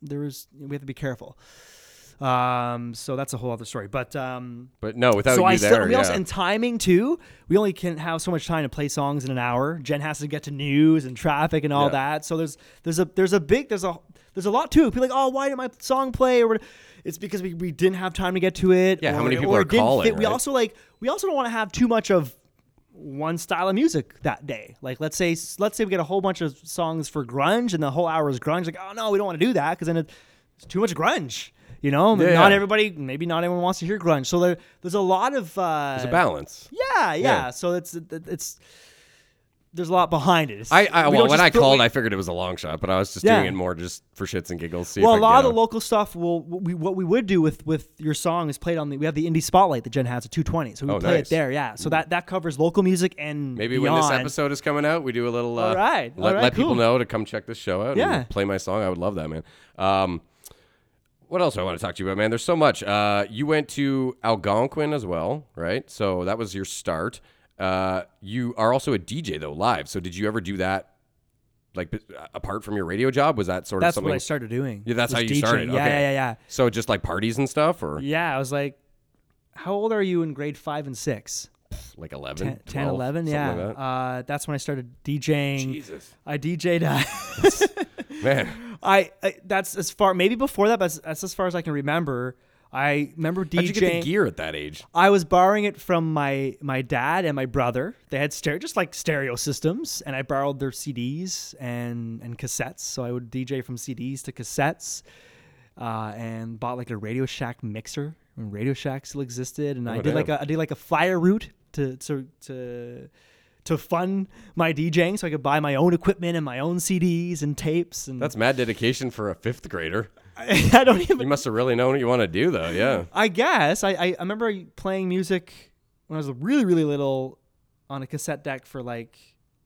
there is we have to be careful. Um, so that's a whole other story. But um, But no, without so you I there, still we yeah. also and timing too. We only can have so much time to play songs in an hour. Jen has to get to news and traffic and all Yeah. that. So there's there's a there's a big there's a there's a lot too. People are like, oh, why did my song play? Or what- it's because we, we didn't have time to get to it. Yeah, how or- many people or are it didn't calling, fit. We right? also like we also don't want to have too much of one style of music that day. Like let's say let's say we get a whole bunch of songs for grunge and the whole hour is grunge. Like oh no, we don't want to do that because then it's too much grunge. You know, Yeah. not everybody, maybe not everyone wants to hear grunge. So there, there's a lot of uh, it's a balance. Yeah, yeah, So it's it's there's a lot behind it. It's- I, I we well, don't when just I throw- called, we- I figured it was a long shot, but I was just Yeah. doing it more just for shits and giggles. See well, if a I lot could of the get local stuff. Will we what we would do with with your song is played on the we have the indie spotlight that Jen has at 220, so we Oh, play nice. it there. Yeah, so that that covers local music and Maybe beyond. when this episode is coming out, we do a little. Uh, All right, all Let, right, let people cool. know to come check this show out. Yeah. And play my song. I would love that, man. Um, what else I want to talk to you about, man? There's so much. Uh, you went to Algonquin as well, right? So that was your start. Uh, you are also a DJ though, live. So did you ever do that? Like b- apart from your radio job, was that sort of That's something? what I started doing. Yeah, that's was how you DJing. started. Yeah, Okay. yeah, yeah, so just like parties and stuff, or yeah. Yeah, I was like, how old are you in grade five and six? like 11, 10, 10, 12, 11, something yeah. like Uh, that's when I started DJing. Jesus. I DJ'd. at- that. Man, I, I that's as far maybe before that, but that's, that's as far as I can remember. I remember DJing. how'd you get the gear at that age? I was borrowing it from my my dad and my brother. They had stereo, just like stereo systems, and I borrowed their CDs and and cassettes. So I would DJ from CDs to cassettes, uh, and bought like a Radio Shack mixer when Radio Shack still existed. And I Oh, did like damn. a I did like a flyer route to to to to fund my DJing, so I could buy my own equipment and my own CDs and tapes. And That's mad dedication for a fifth grader. I don't even You must have really known what you want to do, though. Yeah. I guess I, I I remember playing music when I was really really little on a cassette deck for like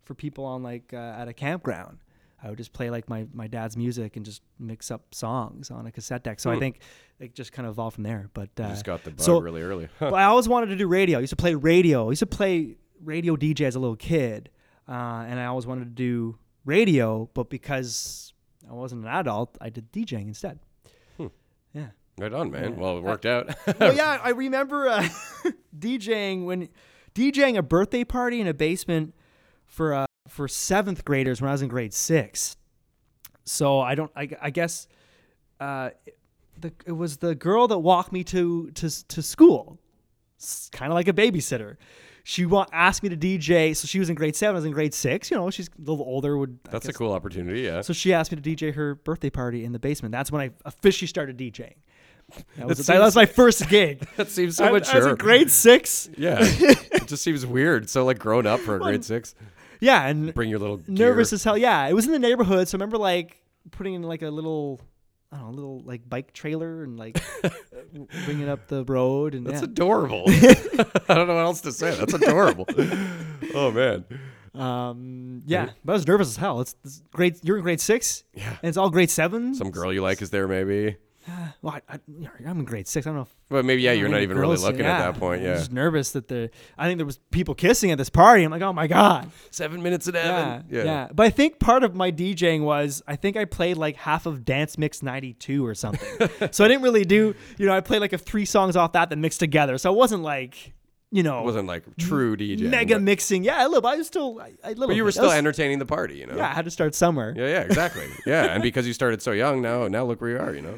for people on like uh, at a campground. I would just play like my my dad's music and just mix up songs on a cassette deck. So I think it just kind of evolved from there. But uh, Hmm. Just got the bug so- really early. Huh. but I always wanted to do radio. I used to play radio. I used to play radio DJ as a little kid, uh, and I always wanted to do radio. But because I wasn't an adult, I did DJing instead. Hmm. Yeah. Uh, Right on, man. Well, it worked out. Well, yeah, I remember uh, DJing when DJing a birthday party in a basement for uh, for seventh graders when I was in grade six. So I don't. I, I guess uh, the, it was the girl that walked me to to to school, kind of like a babysitter. She wa- asked me to DJ. So she was in grade seven. I was in grade six. You know, she's a little older. Would I That's a guess- cool opportunity. Yeah. So she asked me to DJ her birthday party in the basement. That's when I officially started DJing. That was, That that was seems- my first gig. that seems so I, mature. I was in grade six. Yeah. it just seems weird. So, like, grown up for a grade six, Yeah, and bring your little nervous gear. as hell. Yeah, it was in the neighborhood, so I remember like putting in like a little, I don't know, little like bike trailer and like bringing up the road. And That's yeah. adorable. I don't know what else to say. That's adorable. oh, man. um, yeah, but I was nervous as hell. It's, it's grade. You're in grade six. Yeah, and it's all grade seven. Some girl you like is there, maybe. Well, I, I, am in grade six. I don't know. If, But maybe, yeah, I you're don't not know even really girls- looking yeah. at that point. I Yeah. was just nervous that the. I think there was people kissing at this party. I'm like, oh my god. Seven minutes in Yeah, heaven. yeah, But I think part of my DJing was I think I played like half of Dance Mix '92 or something. so I didn't really do, you know, I played like a three songs off that that mixed together. So it wasn't like, you know, It wasn't like true DJ. mega But, mixing. Yeah, a little. I was still, I, I little. but you were bit. I still was- entertaining the party, you know? Yeah, I had to start somewhere. Yeah, Yeah, yeah, exactly. Yeah, and because you started so young, now now look where you are. You know,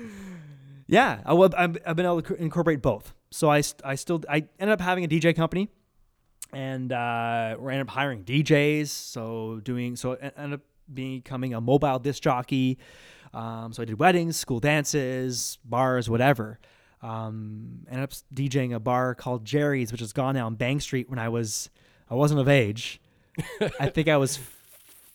I, wa- I'm- I've been able to co- incorporate both. So I, st- I still, I ended up having a DJ company. And uh, we ended up hiring DJs, so doing so. I ended up becoming a mobile disc jockey, Um, so I did weddings, school dances, bars, whatever. Um, ended up s- DJing a bar called Jerry's, which is gone now on Bank Street. When I was, I wasn't of age. I think I was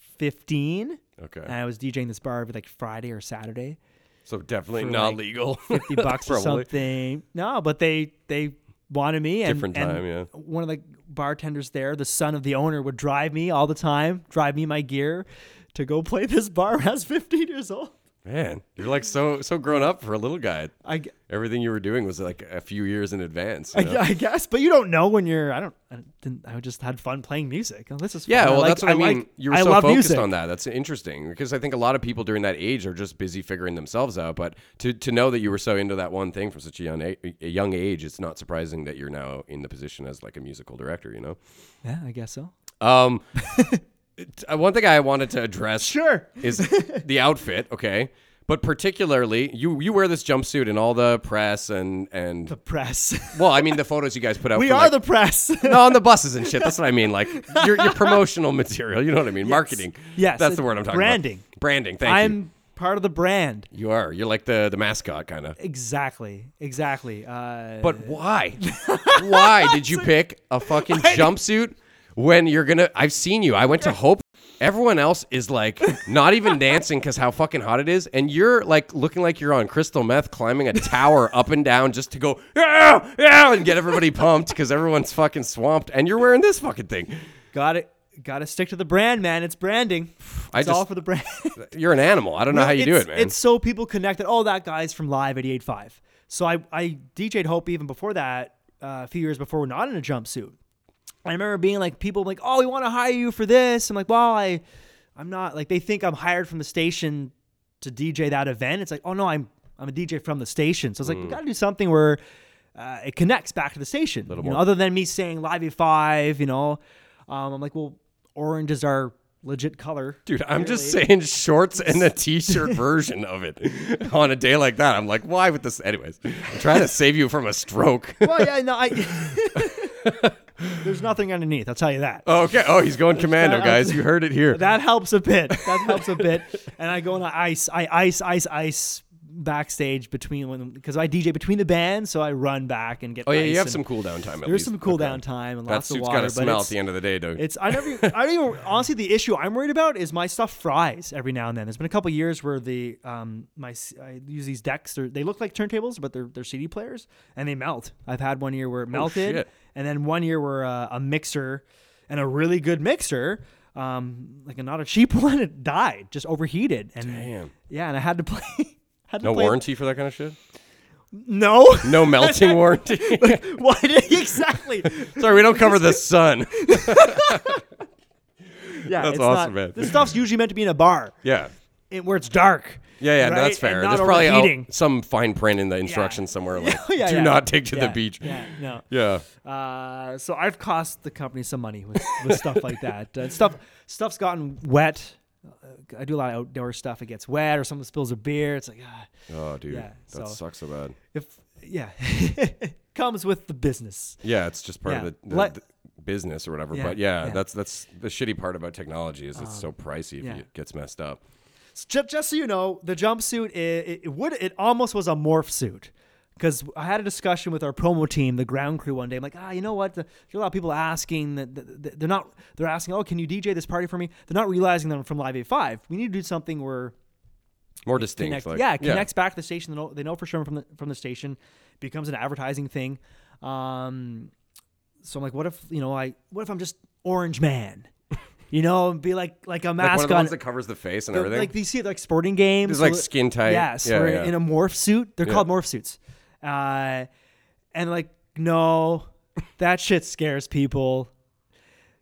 fifteen. Okay. And I was DJing this bar every like Friday or Saturday, so definitely not like, legal. fifty bucks or Probably. something. No, but they they wanted me. And, Different and time, yeah. One of the bartenders there, the son of the owner, would drive me all the time, drive me my gear to go play this bar when I was fifteen years old. Man, you're like so so grown up for a little guy. I, g- Everything you were doing was like a few years in advance. you I, know? I guess, but you don't know when you're. I don't. I didn't. I just had fun playing music. Oh, this is. Yeah, fun. well, like- that's what I, mean. like- you were I so love focused music. on that. That's interesting because I think a lot of people during that age are just busy figuring themselves out. But to, to know that you were so into that one thing from such a young, a, a young age, it's not surprising that you're now in the position as like a musical director, you know? Yeah, I guess so. Um, it- uh, one thing I wanted to address Sure. is the outfit, okay? But particularly, you, you wear this jumpsuit in all the press and, and The press. well, I mean, the photos you guys put out. we for, are like, the press. no, on the buses and shit. That's what I mean. Like your, your promotional material. You know what I mean? Marketing. Yes, That's the it- word I'm talking branding. about. Branding. Branding. Thank you. I'm part of the brand. You are. You're like the, the mascot, kind of. Exactly. Exactly. Uh, But why? why did you pick a fucking jumpsuit when you're going to? I've seen you. I went to Hope. Everyone else is like not even dancing because how fucking hot it is. And you're like looking like you're on crystal meth climbing a tower up and down just to go, yeah, yeah, and get everybody pumped because everyone's fucking swamped. And you're wearing this fucking thing. Got it. Got to stick to the brand, man. It's branding. It's I all just- for the brand. You're an animal. I don't know how you do It's- it, man. It's so people connect that. Oh, that guy's from Live 88.5. So I I DJ'd Hope even before that, uh, a few years before, not in a jumpsuit. I remember being like, people like, oh, we want to hire you for this. I'm like, well, I, I'm not like they think I'm hired from the station Mm. to DJ that event. It's like, oh no, I'm I'm a DJ from the station. So it's like we got to do something where uh, it connects back to the station. Little you know, more. other than me saying Live at Five, you know, um, I'm like, well, orange is our legit color. Dude, I'm just saying shorts and the t-shirt version of it on a day like that. I'm like, why would this? Anyways, I'm trying to save you from a stroke. well, yeah, no, I. There's nothing underneath. I'll tell you that. okay. Oh, he's going commando, I- guys. You heard it here. That helps a bit. That helps a bit. And I go on ice. I ice, ice, ice backstage between when because I DJ between the bands, so I run back and get. Oh yeah, ice you have and some cool down time. at There's least. some cool Okay. down time and That lots of suit's got water. to but smell at it's- the end of the day, dude. It's I never e-, I don't even honestly the issue I'm worried about is my stuff fries every now and then. There's been a couple years where the um my s- I use these decks. They're, they look like turntables, but they're they're CD players and they melt. I've had one year where it melted, Oh, shit. and then one year where uh, a mixer and a really good mixer. Um, like a not a cheap one, it died, just overheated, and Damn. yeah, and I had to play. had to No play- warranty for that kind of shit. No, No melting warranty. why did exactly? Sorry, we don't cover the sun. Yeah, That's it's awesome, not, man. This stuff's usually meant to be in a bar. Yeah. in, where it's dark. Yeah, yeah, no, right? that's fair. And not There's probably overheating. a, some fine print in the instructions somewhere like Oh, yeah, do yeah. not take to Yeah, the beach. Yeah, no. Yeah. Uh, so I've cost the company some money with, with stuff like that. Uh, stuff stuff's gotten wet. Uh, I do a lot of outdoor stuff. It gets wet, or someone spills a beer. It's like, ah, Oh, dude, Yeah, that so- sucks so bad. if yeah, comes with the business. Yeah, it's just part Yeah. of the, the, Let- the business or whatever. Yeah, but yeah, yeah. Uh, that's that's the shitty part about technology is it's so pricey if yeah. it gets messed up. So ju- just, so you know, the jumpsuit i it, it would it almost was a morph suit. Because I had a discussion with our promo team, the ground crew, one day. I'm like, ah, you know what? The, there are a lot of people asking that that- that- they're not. They're asking, oh, can you DJ this party for me? They're not realizing that I'm from Live 85. We need to do something where More distinct, connect, like yeah, it connects back to the station. They know, they know for sure from the from the station, becomes an advertising thing. Um, so I'm like, what if you know, I what if I'm just Orange Man, you know, and be like like a Like one of the mascot. ones that covers the face and They're- everything. Like you see, it, like sporting games. It's like so- skin tight. Yes, Yeah, we're yeah. in a morph suit. They're called morph suits. Uh, and like, no, that shit scares people.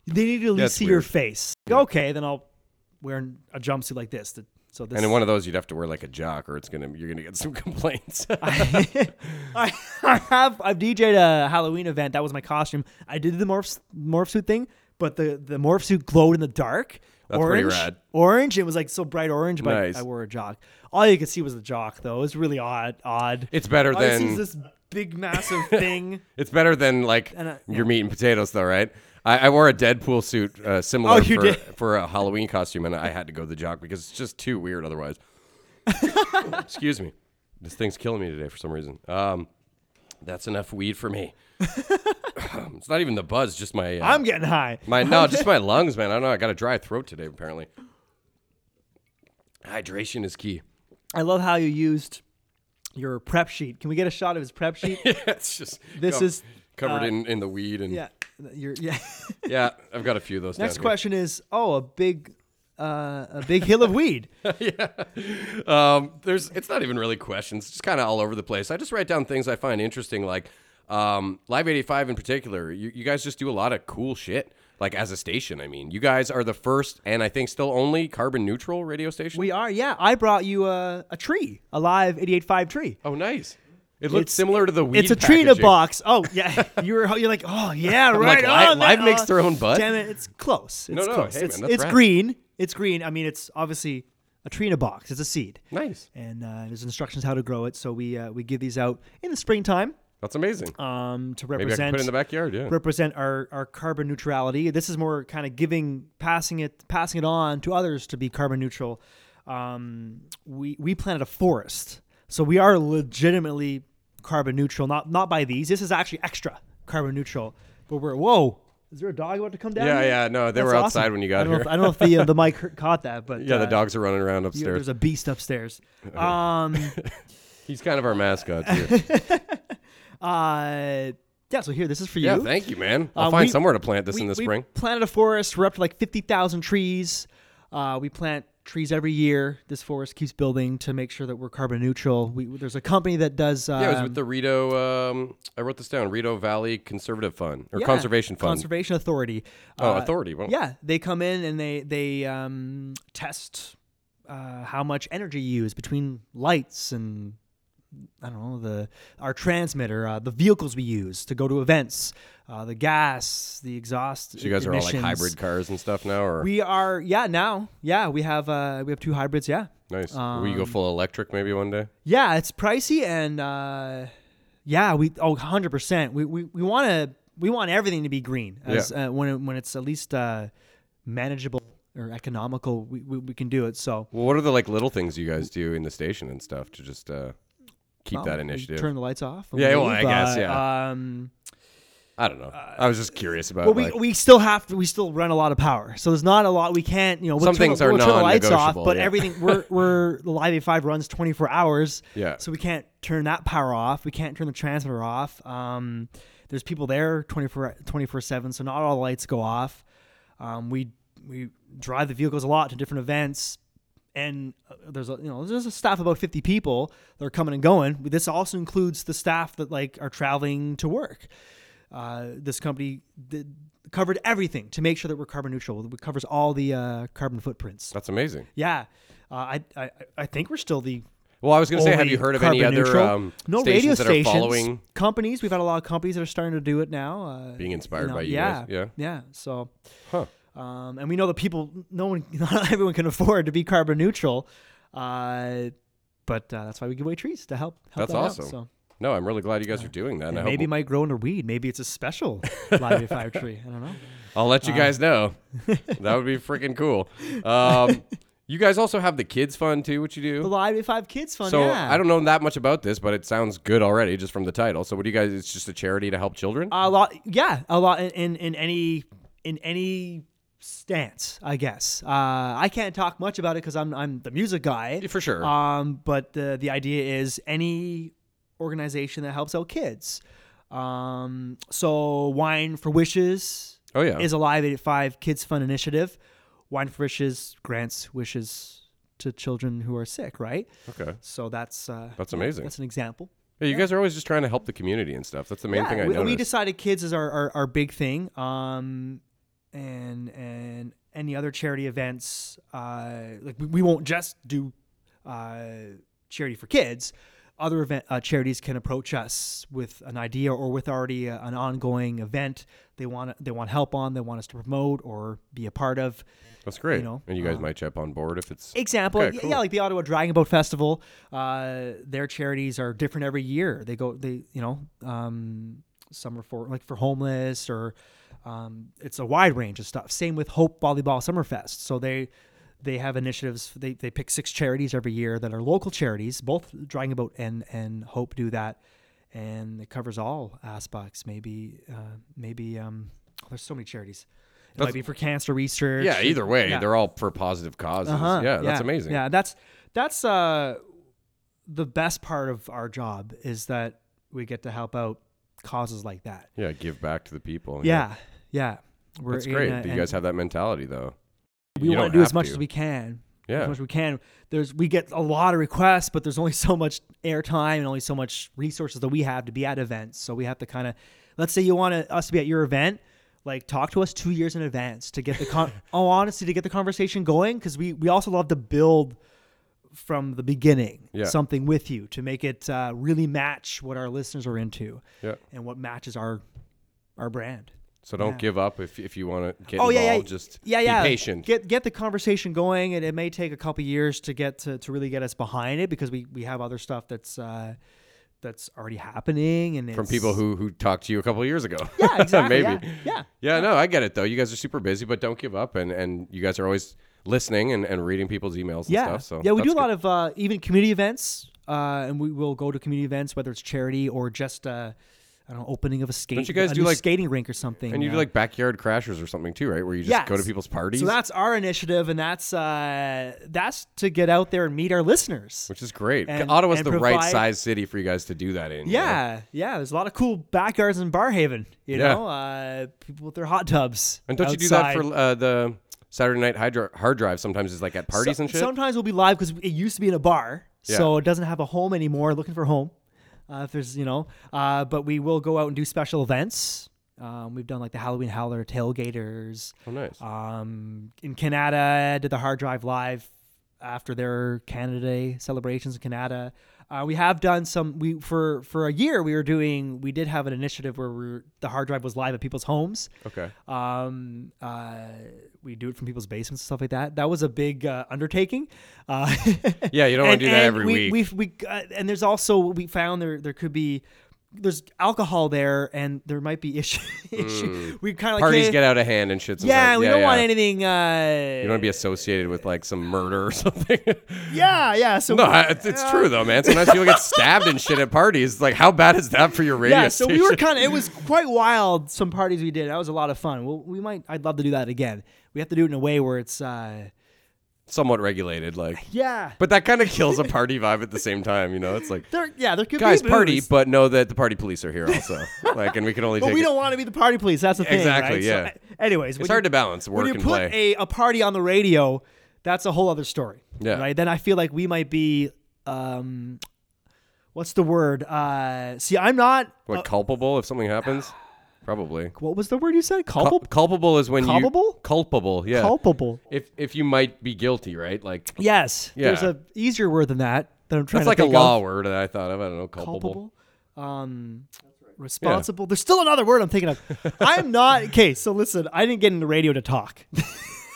They need to at least That's see your weird. face. Okay, then I'll wear a jumpsuit like this. that- So this. and in one of those, you'd have to wear like a jock, or it's gonna you're gonna get some complaints. I, I have I've DJ'd a Halloween event. That was my costume. I did the morph morph suit thing, but the the morph suit glowed in the dark. That's pretty orange, rad. orange. It was like so bright orange, but I- Nice. I, wore a jock. All you could see was the jock, though. It was really odd. Odd. it's better All you see is than this big massive thing. it's better than like And, uh, your meat and potatoes, though, right? I, I wore a Deadpool suit uh, similar Oh, you for, did. for a Halloween costume, and I had to go to the jock because it's just too weird otherwise. Excuse me, this thing's killing me today for some reason. Um, that's enough weed for me. it's not even the buzz, just my uh, I'm getting high. my no, just my lungs, man. I don't know. I got a dry throat today, apparently. Hydration is key. I love how you used your prep sheet. Can we get a shot of his prep sheet? it's just This co- is, uh, covered in, in the weed and yeah. Your, yeah. yeah, I've got a few of those. Next down here. question is, oh, a big, uh, a big hill of weed. Um, there's it's not even really questions, it's just kind of all over the place. I just write down things I find interesting, like um, Live 85 in particular. You, you guys just do a lot of cool shit, like as a station. I mean, you guys are the first and I think still only carbon neutral radio station. We are, yeah. I brought you a, a tree, a live 88.5 tree. oh, nice. It looks It's- similar to the weed. it's a tree in a packaging. box. Oh yeah, you were you're like, oh yeah, like, right. Live- on, Live man. makes Oh, their own bud? Damn it, it's close. It's no, close. hey, man, it's that's it's rad. green. It's green. I mean, it's obviously a tree in a box. It's a seed, Nice. and uh, there's instructions how to grow it. So we uh, we give these out in the springtime That's amazing. um, to Maybe I represent can put it in the backyard. Yeah. represent our, our carbon neutrality. This is more kind of giving, passing it, passing it on to others to be carbon neutral. Um, we we planted a forest, so we are legitimately carbon neutral. Not not by these. This is actually extra carbon neutral. But we're whoa. Is there a dog about to come down? Yeah, here? yeah, no, they That's were awesome. outside when you got I don't know here. if- I don't know if the uh, the mic heard- caught that, but Yeah, the uh, dogs are running around you- upstairs. there's a beast upstairs. Um, He's kind of our mascot. Too. uh, yeah. So here, this is for you. yeah, thank you, man. I'll Um, find we- somewhere to plant this in the spring. planted a forest. We're up to like 50,000 trees. Uh, we plant trees every year. This forest keeps building to make sure that we're carbon neutral. We, there's a company that does. Um, Yeah, it was with the Rito. Um, I wrote this down. Rito Valley Conservative Fund or um, yeah, Conservation Fund. Conservation Authority. oh, Uh, authority. Well, Yeah, they come in and they they um, test uh, how much energy you use between lights and I don't know the our transmitter, uh, the vehicles we use to go to events, uh, the gas, the exhaust. So you guys are all like emissions. hybrid cars and stuff now, or We are, yeah. Now, yeah, we have uh, we have two hybrids. Yeah, nice? Will um, you go full electric maybe one day? yeah, it's pricey and uh, yeah, we oh 100 percent. We we, we want to we want everything to be green as, uh, when it, when it's at least uh, manageable or economical. We, we, we can do it. So Well, what are the like little things you guys do in the station and stuff to just uh, keep well, that we initiative? Turn the lights off. and Yeah, well, I leave, guess, uh, yeah. Um, I don't know. I was just curious about. uh, well, we, like, we still have to, we still run a lot of power, so there's not a lot we can't you know. We'll Some turn, things are we'll turn the lights off, non-negotiable, but yeah. everything we're we're the Live 5 runs 24 hours. Yeah. So we can't turn that power off. We can't turn the transmitter off. Um, there's people there 24 24 seven, so not all the lights go off. Um, we we drive the vehicles a lot to different events. And uh, there's a you know there's a staff of about 50 people that are coming and going. This also includes the staff that like are traveling to work uh, this company did, covered everything to make sure that we're carbon neutral. It covers all the uh, carbon footprints. that's amazing. Yeah, uh, I, I I think we're still the Well, I was going to say, have you only heard of any carbon other neutral. um, no stations radio that stations are following? companies? We've had a lot of companies that are starting to do it now. Uh, Being inspired by you yeah, guys, yeah. yeah. So, Huh. um, and we know that people, no one, not everyone can afford to be carbon neutral, uh, but uh, that's why we give away trees to help. help That's that out, awesome. so. No, I'm really glad you guys are doing that. And I And hope maybe it might grow into weed. Maybe it's a special live fire tree. I don't know. I'll let you guys know. that would be freaking cool. Um, you guys also have the kids fund too, which you The do. Live at Five Kids Fund. So yeah. I don't know that much about this, but it sounds good already just from the title. So what do you guys? It's just a charity to help children. a lot. Yeah, a lot in in, in any in any stance, I guess. Uh, I can't talk much about it because I'm I'm the music guy Yeah, for sure. Um, but the the idea is any organization that helps out kids. Um, so Wine for Wishes oh yeah. is a Live 85 Kids Fund initiative. Wine for Wishes grants wishes to children who are sick, right? okay. So that's uh, That's amazing. That's an example. Yeah, you guys are always just trying to help the community and stuff. That's the main thing I we, noticed. we decided kids is our, our, our big thing. Um, and and any other charity events, uh, like we, we won't just do uh, charity for kids. Other event uh, charities can approach us with an idea or with already uh, an ongoing event they want they want help on, they want us to promote or be a part of. That's great. know, and you guys uh, might jump on board if it's Example, Okay, y- cool. yeah, like the Ottawa Dragon Boat Festival. Uh, their charities are different every year. They go, they you know, um, some are for like for homeless or um, it's a wide range of stuff. Same with Hope Volleyball Summerfest. So they they have initiatives. They they pick six charities every year that are local charities. Both Dragon Boat and and Hope do that, and it covers all aspects. Maybe uh, maybe um, there's so many charities. It might be for cancer research. yeah. Either way, Yeah. they're all for positive causes. Uh-huh. Yeah, that's amazing. Yeah, that's that's uh the best part of our job is that we get to help out causes like that. Yeah, give back to the people. Yeah, yeah. We're that's in great. a- that you and guys have that mentality though. we you want don't to do as have much to. as we can. Yeah. As much as we can. There's we get a lot of requests, but there's only so much airtime and only so much resources that we have to be at events. So we have to kind of let's say you want us to be at your event, like talk to us 2 years in advance to get the con- oh honestly to get the conversation going cuz we we also love to build from the beginning Yeah. something with you to make it uh, really match what our listeners are into Yeah. and what matches our our brand. So don't Yeah. give up if if you want to get Oh, yeah, yeah. involved. Just yeah, yeah. be patient. Get get the conversation going, and it may take a couple years to get to, to really get us behind it because we we have other stuff that's uh, that's already happening and from it's- people who who talked to you a couple of years ago. yeah exactly Maybe. yeah, yeah. Yeah, no, I get it though. You guys are super busy, but don't give up. And and you guys are always listening and, and reading people's emails and yeah. stuff. So yeah, we do a that's lot of uh, even community events, uh, and we will go to community events whether it's charity or just uh, I don't know opening of a skate. you guys a do, new like- skating rink or something? good. And you do uh, like backyard crashers or something too, right? Where you just go to Yes. people's parties, So that's our initiative, and that's uh, that's to get out there and meet our listeners. which is great. and- Ottawa's and the right provide- size city for you guys to do that in. you know? Yeah, yeah. There's a lot of cool backyards in Barhaven. You Yeah. know, uh, people with their hot tubs. And don't you do that for uh, the Saturday night hard, dri- hard drive? Sometimes it's like at parties and shit. Sometimes we'll be live because it used to be in a bar, Yeah. so it doesn't have a home anymore. Looking for a home, uh, if there's you know. Uh, but we will go out and do special events. Um, we've done like the Halloween Howler tailgaters. Uh, oh, nice. Um, in Canada, did the hard drive live after their Canada Day celebrations in Canada. Uh, we have done some. We for for a year we were doing. We did have an initiative where we were, the hard drive was live at people's homes. Okay. Um, uh, we do it from people's basements and stuff like that. That was a big uh, undertaking. Uh, Yeah, you don't wanna and- do that and every we, week. We've, we uh, and there's also we found there there could be there's alcohol there and there might be issue. issue. We kind of like, Hmm. Parties hey, get out of hand and shit. yeah, sometimes. we don't want yeah. anything. Uh, You don't want to be associated with like some murder or something. yeah, yeah. So no, we- I- it's, it's true though, man. Sometimes people get stabbed and shit at parties. Like, how bad is that for your radio yeah, so station? we were kind of. It was quite wild. Some parties we did. That was a lot of fun. Well, we might. I'd love to do that again. We have to do it in a way where it's. Uh, somewhat regulated, like. yeah. But that kind of kills a party vibe at the same time, you know. It's like There, yeah, there could guys be party, booze. but know that the party police are here also. like, and we can only But take. we it- don't want to be the party police. That's the thing. Exactly, right? yeah. So, a- anyways, It's hard to balance work when you and put play. a, a party on the radio, that's a whole other story. Yeah. Right. Then I feel like we might be, um, what's the word? Uh, see, I'm not. what culpable if something happens? Probably. What was the word you said? Cul- Culpable. culpable is when Culpable? you culpable. Yeah. Culpable. if if you might be guilty, right? Like Yes. There's Yeah. a easier word than that that I'm that's trying to like a think law of. word that I thought of. I don't know. Culpable. Culpable. Um, responsible. There's still another word I'm thinking of. I'm not okay. So listen, I didn't get into radio to talk.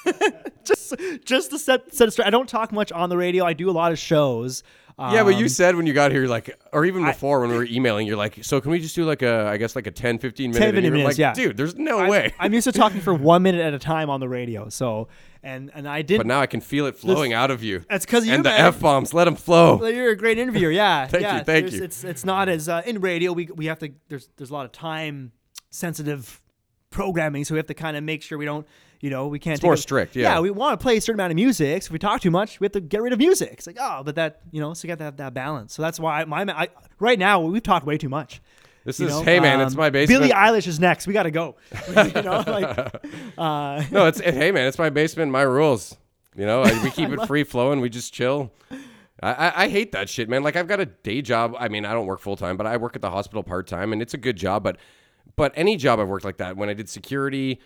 just just to set set it straight. I don't talk much on the radio. I do a lot of shows. Yeah, but you Um, said when you got here, like, or even before when we were emailing, you're like, so can we just do like a, I guess like a 10, 15 minute? 10, and you 15 were like, minutes, yeah. Dude, there's no I'm- way. I'm used to talking for one minute at a time on the radio. So and and I did. but now I can feel it flowing out of you. that's because you and the man. f bombs, let them flow. Well, you're a great interviewer. Yeah, Thank yeah. you, thank There's- you. It's it's not as uh, in radio. We we have to. There's there's a lot of time sensitive programming, so we have to kind of make sure we don't. You know, we can't. take more a- strict, yeah. yeah, we want to play a certain amount of music. So if we talk too much, we have to get rid of music. It's like oh, but that you know, so you got to have that balance. So that's why my I, right now we've talked way too much. This you is know? hey man, it's Um, my basement. Billie Eilish is next. We got to go. you know, like uh, no, it's hey man, it's my basement, my rules. You know, I, we keep it free flowing. We just chill. I, I, I hate that shit, man. Like I've got a day job. I mean, I don't work full time, but I work at the hospital part time, and it's a good job. But but any job I've worked like that, when I did security,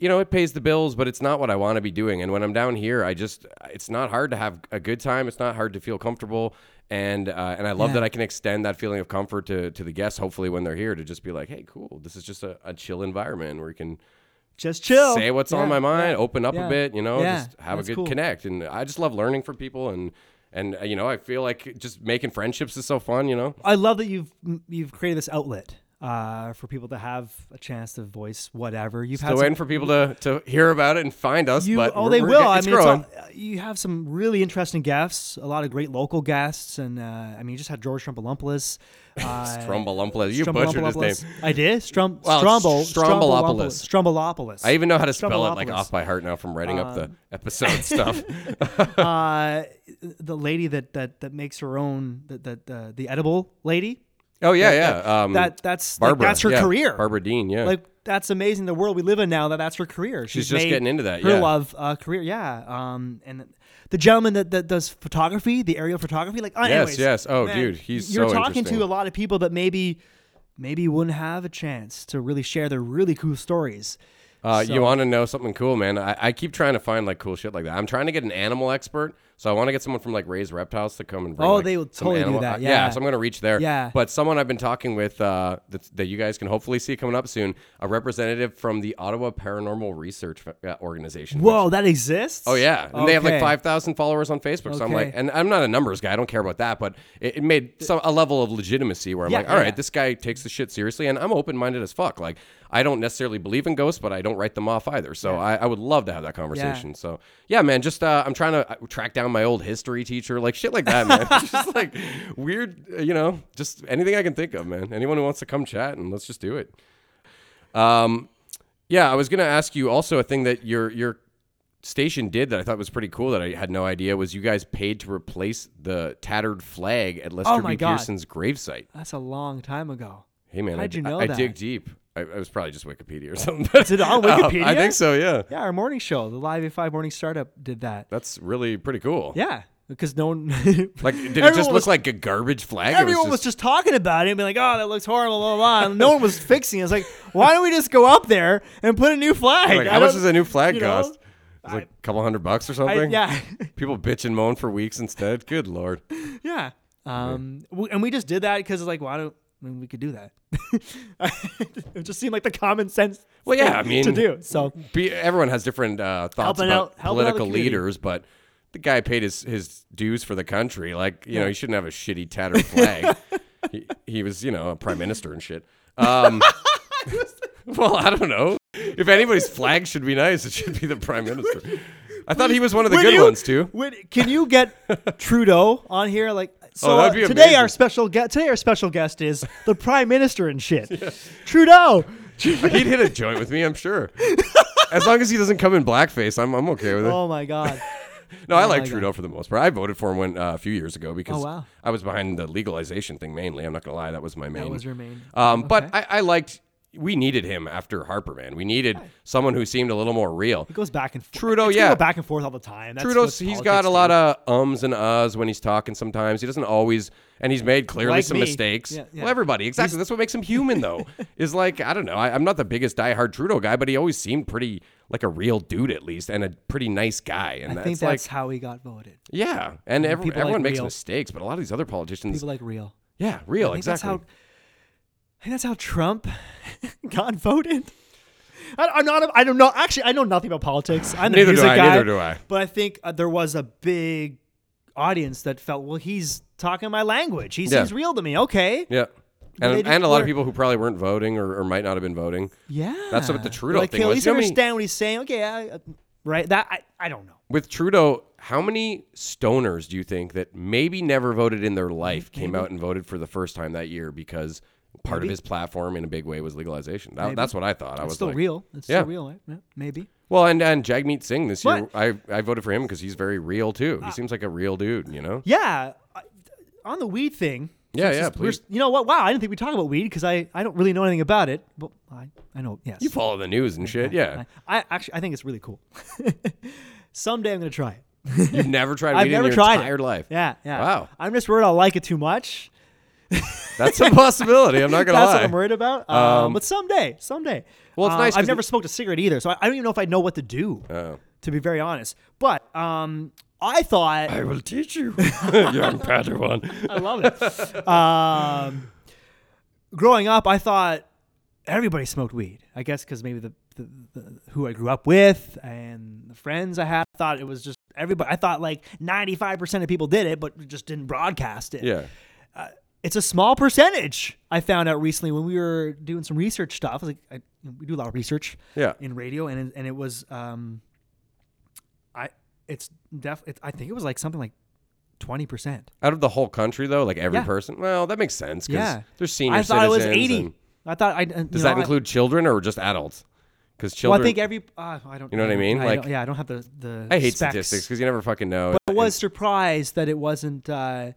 you know, it pays the bills, but it's not what I want to be doing. And when I'm down here, I just it's not hard to have a good time. It's not hard to feel comfortable. And uh, and I love Yeah. that I can extend that feeling of comfort to to the guests. Hopefully, when they're here, to just be like, hey, cool. This is just a, a chill environment where you can just chill. say what's Yeah, on my mind, yeah. open up yeah, a bit, you know, yeah, just have a that's good cool. connect. And I just love learning from people and and uh, you know, I feel like just making friendships is so fun, you know. I love that you've you've created this outlet uh, for people to have a chance to voice whatever you've had. Still some- waiting for people to, to hear about it and find us, you, but oh, we're- they we're will. get- I it's mean, it's growing. all- you have some really interesting guests, a lot of great local guests, and uh, I mean, you just had George Strombolopoulos. Uh, Strombolumpla. You butchered his Strombolopoulos. name. I did. Strum, Well, Strombo, it's Strombolopoulos. Strombolopoulos. I even know how to spell it like Strombolopoulos. off by heart now from writing up Um, the episode stuff. uh, the lady that, that, that makes her own that that uh, the edible lady. Oh yeah, yeah. Um, that that's like, Barbara. that's her yeah, career. Barbara Dean, yeah. like that's amazing the world we live in now that that's her career she's, just made getting into that, her yeah. love uh, career yeah um and the gentleman that, that does photography the aerial photography like uh, Yes, anyways, yes. Oh, dude, he's you're so talking to interesting. a lot of people that maybe maybe wouldn't have a chance to really share their really cool stories Uh, So- You want to know something cool, man? I, I keep trying to find like cool shit like that. I'm trying to get an animal expert, so I want to get someone from like Ray's Reptiles to come and bring. Oh, like, they would some totally do animal- that, uh, yeah. so I'm gonna reach there. Yeah. But someone I've been talking with uh, that, that you guys can hopefully see coming up soon, a representative from the Ottawa Paranormal Research uh, Organization. which- whoa that exists Oh yeah, and they have like Okay. five thousand followers on Facebook. So I'm like, Okay. and I'm not a numbers guy. I don't care about that, but it, it made some a level of legitimacy where I'm Yeah, like, yeah, all right, yeah. this guy takes the shit seriously, and I'm open minded as fuck. Like, I don't necessarily believe in ghosts, but I don't write them off either. So I, I would love to have that conversation. So yeah, man, just uh, I'm trying to uh, track down my old history teacher, like shit like that, man. just like weird, uh, you know, just anything I can think of, man. Anyone who wants to come chat and let's just do it. Um, yeah, I was gonna ask you also a thing that your your station did that I thought was pretty cool that I had no idea was you guys paid to replace the tattered flag at Lester Oh my B. God. Pearson's gravesite. that's a long time ago Hey man, I, How'd you d- know I that? dig deep. I, I was probably just Wikipedia or something. Is it on Um, I Wikipedia? think so. Yeah, yeah our morning show the live at five morning startup did that that's really pretty cool. yeah because no one Like, did it Everyone just look was- like a garbage flag? It everyone was just, talking about it and be like, oh, that looks horrible, blah, blah, blah. And no one was fixing it. It's like, why don't we just go up there and put a new flag? Like, I how much don't- does a new flag you know? cost? It's like a couple hundred bucks or something. I, yeah, People bitch and moan for weeks instead. Good lord. yeah. Um, we, and we just did that because it's like, why don't I mean, we could do that? it just seemed like the common sense. Well, yeah, thing I mean- to do so. Be, everyone has different uh, thoughts Helping about out- helping out the political community. leaders, but the guy paid his, his dues for the country. Like, you know, he shouldn't have a shitty tattered flag. he, he was, you know, a prime minister and shit. Um, well, I don't know. If anybody's flag should be nice, it should be the prime minister. I thought he was one of the Would good you- ones too. would- can you get Trudeau on here? Like, so Oh, that'd uh, be today amazing. our special guest today our special guest is the prime minister and shit. Trudeau. He'd hit a joint with me, I'm sure. As long as he doesn't come in blackface, I'm, I'm okay with it. Oh my god. No, I like my God. Trudeau for the most part. I voted for him when, uh, a few years ago because Oh, wow. I was behind the legalization thing mainly. I'm not gonna lie, that was my main. was your main- Um, But I, I liked. We needed him after Harper, man. We needed someone who seemed a little more real. It goes back and forth. Trudeau, It's gonna yeah. go back and forth all the time. That's Trudeau, what he's politics got a do. lot of ums and uhs when he's talking. Sometimes he doesn't always, and he's made clearly Like some me. mistakes. Yeah, yeah. Well, everybody, exactly. That's what makes him human, though. is like I don't know. I, I'm not the biggest diehard Trudeau guy, but he always seemed pretty like a real dude, at least, and a pretty nice guy. And I that's, think like that's how he got voted. yeah, and every, people like everyone makes real- mistakes, but a lot of these other politicians, People like real. yeah, real, I think exactly. That's how, I think that's how Trump got voted. I, I'm not. I don't know. Actually, I know nothing about politics. I'm Neither do a music I, guy. neither do I. But I think uh, there was a big audience that felt, well, he's talking my language. He Yeah. seems real to me. Okay. yeah, they and, just and a lot of were- people who probably weren't voting or, or might not have been voting. Yeah. That's what the Trudeau like, thing can was. At least You know how many- understand what he's saying. Okay. I, uh, right. That I, I don't know. With Trudeau, how many stoners do you think that maybe never voted in Mm, their life came out and voted for the first time that year because part of his platform in a big way was legalization? That, that's what I thought. I It's was still like, real. It's Yeah. still real. Right? Yeah, maybe. well, and and Jagmeet Singh this year, What? I I voted for him because he's very real too. Ah. He seems like a real dude, you know. Yeah. I, on the weed thing. Yeah, since yeah, it's- we're please. s- you know what? Wow, I didn't think we talked about weed because I, I don't really know anything about it. But I, I know, yes. You follow the news and shit, yeah. I, I actually I think it's really cool. Someday I'm gonna try it. You've never tried weed I've never in your tried entire it. life. Yeah, yeah. Wow. I'm just worried I'll like it too much. That's a possibility. I'm not gonna That's lie. what I'm worried about. Um, but someday, someday. Well, it's Uh, nice 'cause I've never it- smoked a cigarette either, so I, I don't even know if I know what to do. Oh. To be very honest, but um, I thought I will teach you, young Padawan. I love it. um, growing up, I thought everybody smoked weed. I guess because maybe the, the, the who I grew up with and the friends I had I thought it was just everybody. I thought like ninety five percent of people did it, but just didn't broadcast it. Yeah. it's a small percentage. I found out recently when we were doing some research stuff. I was like, I, we do a lot of research Yeah. in radio, and and it was um, I it's def it, I think it was like something like twenty percent. Out of the whole country, though, like every Yeah. person. Well, that makes sense. 'cause Yeah. There's senior I thought it was citizens. eighty. and- I thought I does does that include children or just adults? Because I, well, children. I think every uh, I don't. You know what I mean? don't- Like- yeah, I don't have the the. I hate specs. statistics because you never fucking know. I was surprised that it wasn't. Uh,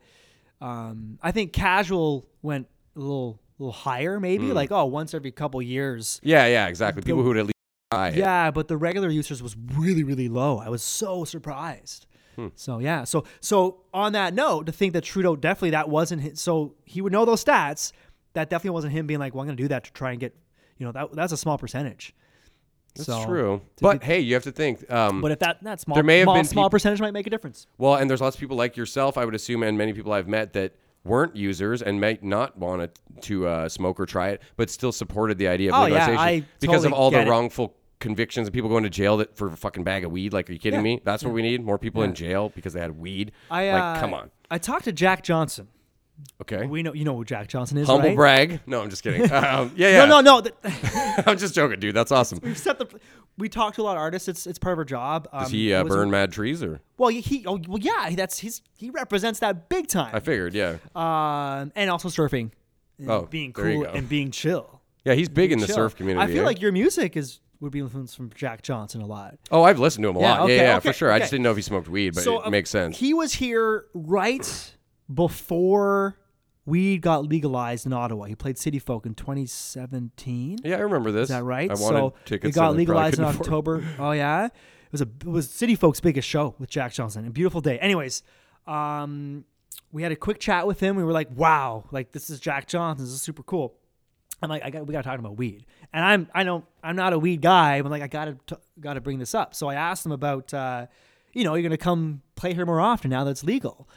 um, I think casual went a little little higher, maybe Hmm. like oh once every couple years. yeah, yeah, exactly. People who would at least buy it. Yeah, but the regular users was really, really low. I was so surprised. Hmm. So yeah, so so on that note, to think that Trudeau definitely that wasn't his, so he would know those stats. That definitely wasn't him being like, "Well, I'm going to do that to try and get," you know, that that's a small percentage. That's So- true. But hey, you have to think. Um, But if that that small There may have small, been small peop- percentage might make a difference. Well, and there's lots of people like yourself, I would assume, and many people I've met that weren't users and might not want it to uh, smoke or try it, but still supported the idea of Oh, yeah, legalization I because of totally all the get it. wrongful convictions and people going to jail that for a fucking bag of weed. Like, are you kidding me? That's what we need: more people in jail because they had weed. I like, uh, come on, I talked to Jack Johnson. okay. We know you know who Jack Johnson is, Humble right? brag. No, I'm just kidding. um, yeah, yeah. No, no, no. that- I'm just joking, dude. That's awesome. set the- we talk to a lot of artists. It's it's part of our job. Um, Does he uh, it was- burn mad trees or? Well, he oh, well yeah. That's he's he represents that big time. I figured, yeah. um, and also surfing, and Oh, being there you cool go. and being chill. Yeah, he's big in the Chill. surf community. I feel eh? like your music is would be influenced from Jack Johnson a lot. Oh, I've listened to him a Yeah, lot. yeah, okay, yeah, for okay, sure. I okay. just didn't know if he smoked weed, but it uh, makes sense. He was here right before weed got legalized in Ottawa. He played City Folk in 2017. Yeah, I remember this. Is that right? I wanted so tickets. it got and I probably legalized in couldn't afford October. Oh yeah, it was a it was City Folk's biggest show with Jack Johnson. A beautiful day. Anyways, um, we had a quick chat with him. We were like, wow, like this is Jack Johnson. This is super cool. I'm like, I got, we got to talk about weed, and I'm, I know, I'm not a weed guy, but like, I gotta, t- gotta bring this up. So I asked him about, uh, you know, you're gonna come play here more often now that it's legal.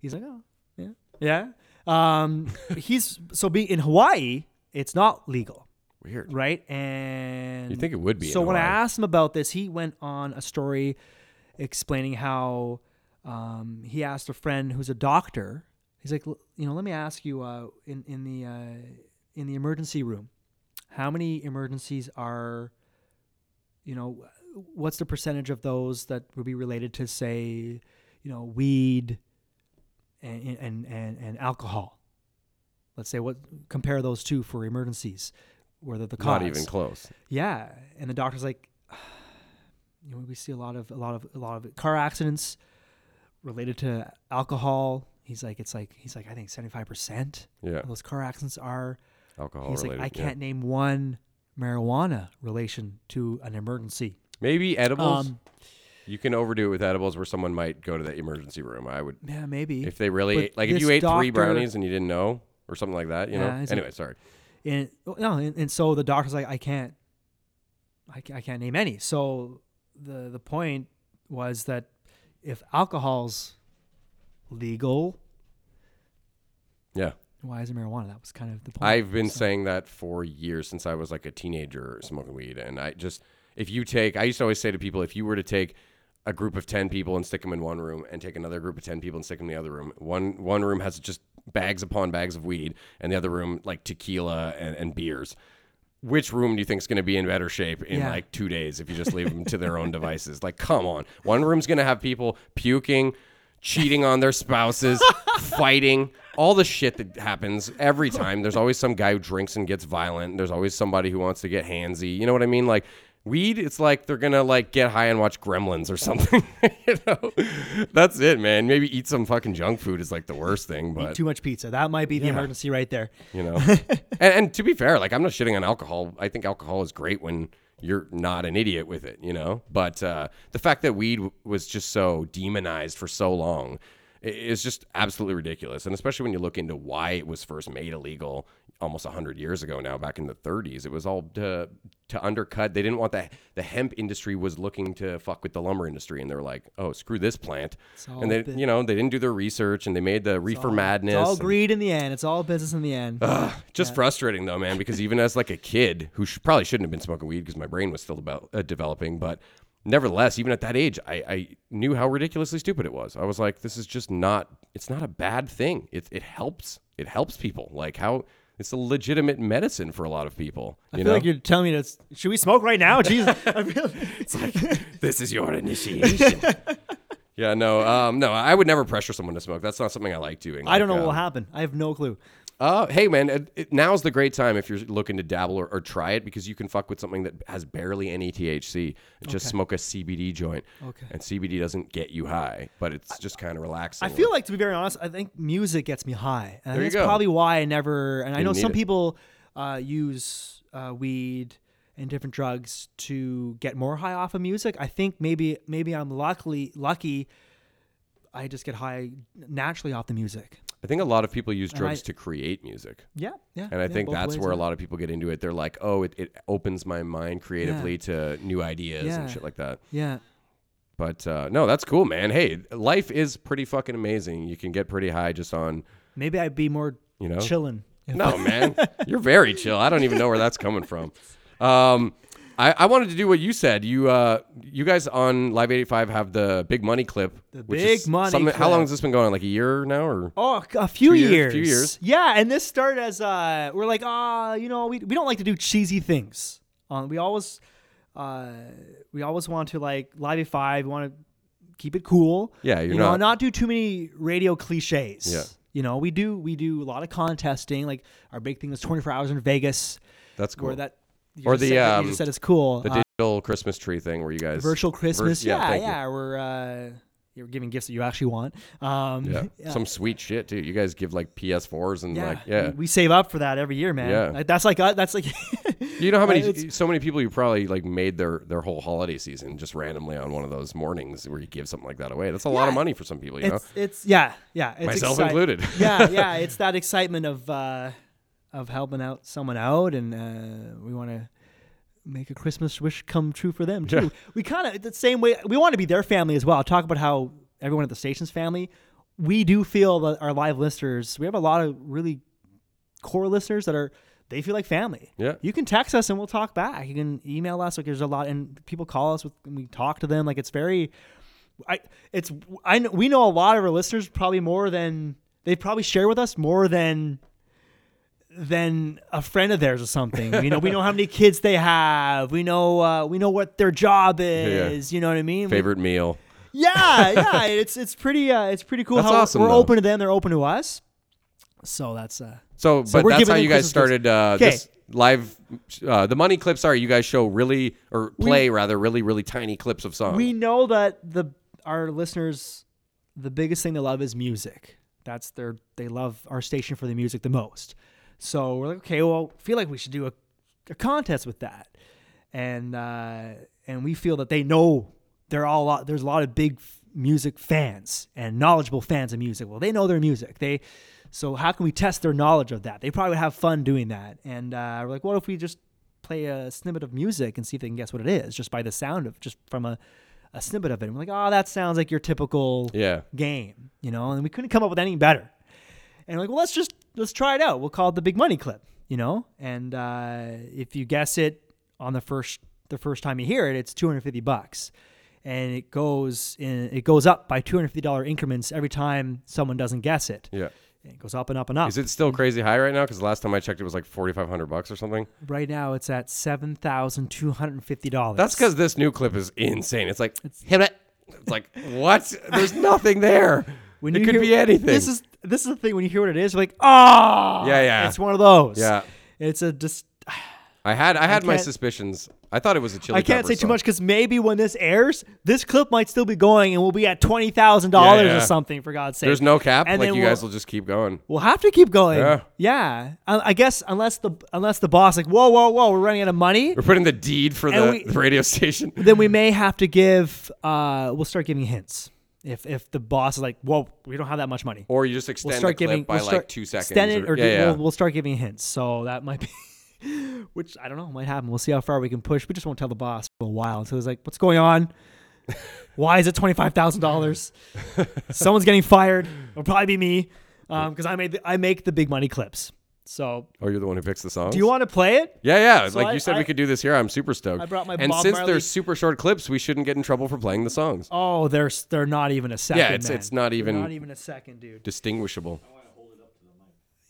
He's like, oh, yeah, yeah. Um, he's so be in Hawaii, it's not legal, Weird. right? And You think it would be? so in when I Hawaii. asked him about this, he went on a story explaining how um, he asked a friend who's a doctor. He's like, "L- you know, let me ask you uh, in in the uh, in the emergency room, how many emergencies are, you know, what's the percentage of those that would be related to say, you know, weed and and and, and alcohol? Let's say what compare those two for emergencies, whether the cause not even close. yeah, and the doctor's like, you know, we see a lot of a lot of a lot of car accidents related to alcohol. He's like, it's like he's like, I think seventy five percent Yeah, of those car accidents are. alcohol he's related. like, I yeah. can't name one marijuana relation to an emergency. Maybe edibles. Um, you can overdo it with edibles, where someone might go to the emergency room. I would, Yeah, maybe. if they really But ate, like, if this you ate three doctor- brownies and you didn't know, or something like that. You Yeah, know. he's like- Anyway, sorry. and no, and, and so the doctor's like, I can't, I, ca- I can't name any. So the the point was that if alcohol's legal, Yeah, why is it marijuana? That was kind of the point. I've been saying that for years since I was like a teenager smoking weed, and I just if you take, I used to always say to people, if you were to take a group of ten people and stick them in one room, and take another group of ten people and stick them in the other room, one one room has just bags upon bags of weed, and the other room like tequila and, and beers. Which room do you think is going to be in better shape in Yeah. like two days if you just leave them to their own devices? Like, come on. One room's going to have people puking, cheating on their spouses, fighting, all the shit that happens every time. There's always some guy who drinks and gets violent. There's always somebody who wants to get handsy. You know what I mean? Like, weed, it's like they're going to like get high and watch gremlins or something. you know? That's it, man. Maybe eat some fucking junk food is like the worst thing, but too much pizza. That might be the emergency right there. you know. and, and to be fair, like I'm not shitting on alcohol. I think alcohol is great when you're not an idiot with it, you know. But uh, the fact that weed w- was just so demonized for so long i- is just absolutely ridiculous. And especially when you look into why it was first made illegal almost 100 years ago now back in the 30s it was all to to undercut they didn't want the the hemp industry was looking to fuck with the lumber industry and they were like oh screw this plant all and they bu- you know they didn't do their research and they made the reefer madness It's all and- greed in the end. It's all business in the end. just frustrating though, man, because even as like a kid who sh- probably shouldn't have been smoking weed because my brain was still about uh, developing, but nevertheless, even at that age, I, I knew how ridiculously stupid it was. I was like, this is just not. It's not a bad thing. It it helps. It helps people. Like how it's a legitimate medicine for a lot of people. You I feel know, like you're telling me that's should we smoke right now? Jesus, I feel this is your initiation. yeah, no, um, no, I would never pressure someone to smoke. That's not something I like doing. I don't know Like, what um, will happen. I have no clue. Uh, hey man, it, it- now's the great time if you're looking to dabble or, or try it because you can fuck with something that has barely any THC. Just smoke a CBD joint. Okay. And CBD doesn't get you high, but it's just kind of relaxing. I feel like to be very honest, I think music gets me high, and There I think you that's go. probably why I never. And I know need some it. people uh, use uh, weed and different drugs to get more high off of music. I think maybe maybe I'm luckily lucky. I just get high naturally off the music. I think a lot of people use I- drugs to create music. Yeah, yeah. And I yeah, think both that's ways, where a yeah. lot of people get into it. They're like, oh, it, it opens my mind creatively to new ideas Yeah. and shit like that. Yeah. But uh, no, that's cool, man. Hey, life is pretty fucking amazing. You can get pretty high just on, Maybe I'd be more you know? chilling. if No, man. You're very chill. I don't even know where that's coming from. Um, I, I wanted to do what you said. You uh, you guys on Live 85 have the big money clip. The big money How clip. long has this been going on? Like a year now? or Oh, c- a few Two years, years, few years. Yeah, and this started as uh, we're like, ah, you know, we, we don't like to do cheesy things. Um, we always, uh, we always want to like live five. We want to keep it cool. Yeah, you're you know, not- not do too many radio cliches. Yeah. You know, we do we do a lot of contesting. Like our big thing was 24 hours in Vegas, That's cool. where that you Or just the, said, that um, you just said it's cool. the Uh, digital Christmas tree thing where you guys. virtual Christmas. yeah, yeah, thank yeah, you. we're uh, you're giving gifts that you actually want. Um, Yeah. Some sweet shit, too. You guys give like PS4s and like, yeah. we, we save up for that every year, man. Yeah. Like, that's like uh, that's like. you know how Uh, many, it's- so many people you probably like made their, their whole holiday season just randomly on one of those mornings where you give something like that away. That's a lot of money for some people, you know? It's, it's yeah yeah it's Myself excite- included. yeah yeah it's that excitement of uh, of helping out someone out, and uh, we want to make a Christmas wish come true for them too. We kind of the same way. We want to be their family as well. Talk about how everyone at the station's family. We do feel that our live listeners. We have a lot of really core listeners that are they feel like family. Yeah. You can text us and we'll talk back. You can email us. Like there's a lot, and people call us with, and we talk to them. Like it's very, I it's I know, we know a lot of our listeners probably more than they probably share with us more than than a friend of theirs or something. You know, we know how many kids they have. We know uh, we know what their job is. You know what I mean? We- Favorite meal. yeah, yeah. It's it's pretty uh, it's pretty cool. That's how we're- awesome, We're though. open to them. They're open to us. So that's uh So, So but we're that's giving how them you guys Christmas gifts. started uh, 'Kay. this live. Uh, the money clips are you guys show really or play rather really really tiny clips of songs. we know that the our listeners the biggest thing they love is music that's their they love our station for the music the most so we're like okay well feel like we should do a, a contest with that and uh and we feel that they know they're all a lot, there's a lot of big f- music fans and knowledgeable fans of music well they know their music they so how can we test their knowledge of that they probably would have fun doing that and uh we're like what if we just play a snippet of music and see if they can guess what it is just by the sound of just from a, a snippet of it. And we're like, oh, that sounds like your typical yeah. game, you know. And we couldn't come up with anything better. And we're like, well, let's just let's try it out. We'll call it the big money clip, you know. And uh, if you guess it on the first the first time you hear it, it's two hundred fifty bucks, and it goes in it goes up by two hundred fifty dollar increments every time someone doesn't guess it. Yeah. And it goes up and up and up. Is it still crazy high right now? Because last time I checked, it was like forty five hundred bucks or something. right now, it's at seven thousand two hundred fifty dollars. That's because this new clip is insane. It's like hit it. It's like what? There's nothing there. When it you could hear- be anything. This is this is the thing when you hear what it is, you're like, ah, Yeah, yeah. It's one of those. Yeah. It's a just. I had I had my can't- suspicions. I thought it was a chili. I can't Peppers say too song. much because maybe when this airs, this clip might still be going, and we'll be at twenty thousand dollars Yeah, yeah. or something. For God's sake, There's no cap. And like then you guys we'll- will just keep going. We'll have to keep going. Yeah. Yeah. I, I guess unless the unless the boss like, whoa, whoa, whoa, we're running out of money, We're putting the deed for the, we- the radio station. then we may have to give. Uh, we'll start giving hints. If if the boss is like, whoa, we don't have that much money. Or you just extend we'll start the clip giving by we'll start, like two seconds. Extend it, or, yeah, do, yeah. We'll, we'll start giving hints. So that might be, which I don't know, might happen. We'll see how far we can push. We just won't tell the boss for a while. So it's like, what's going on? Why is it twenty five thousand dollars? Someone's getting fired. It'll probably be me, because I made the, I make the big money clips. So oh, you're the one who picks the songs. do you want to play it? Yeah, yeah. So like I- you said, I- we could do this here. I'm super stoked. I brought my and Bob since Marley- they're super short clips, we shouldn't get in trouble for playing the songs. Oh, they're s- they're not even a second. yeah, it's man. it's not even, They're not even a second, dude. distinguishable.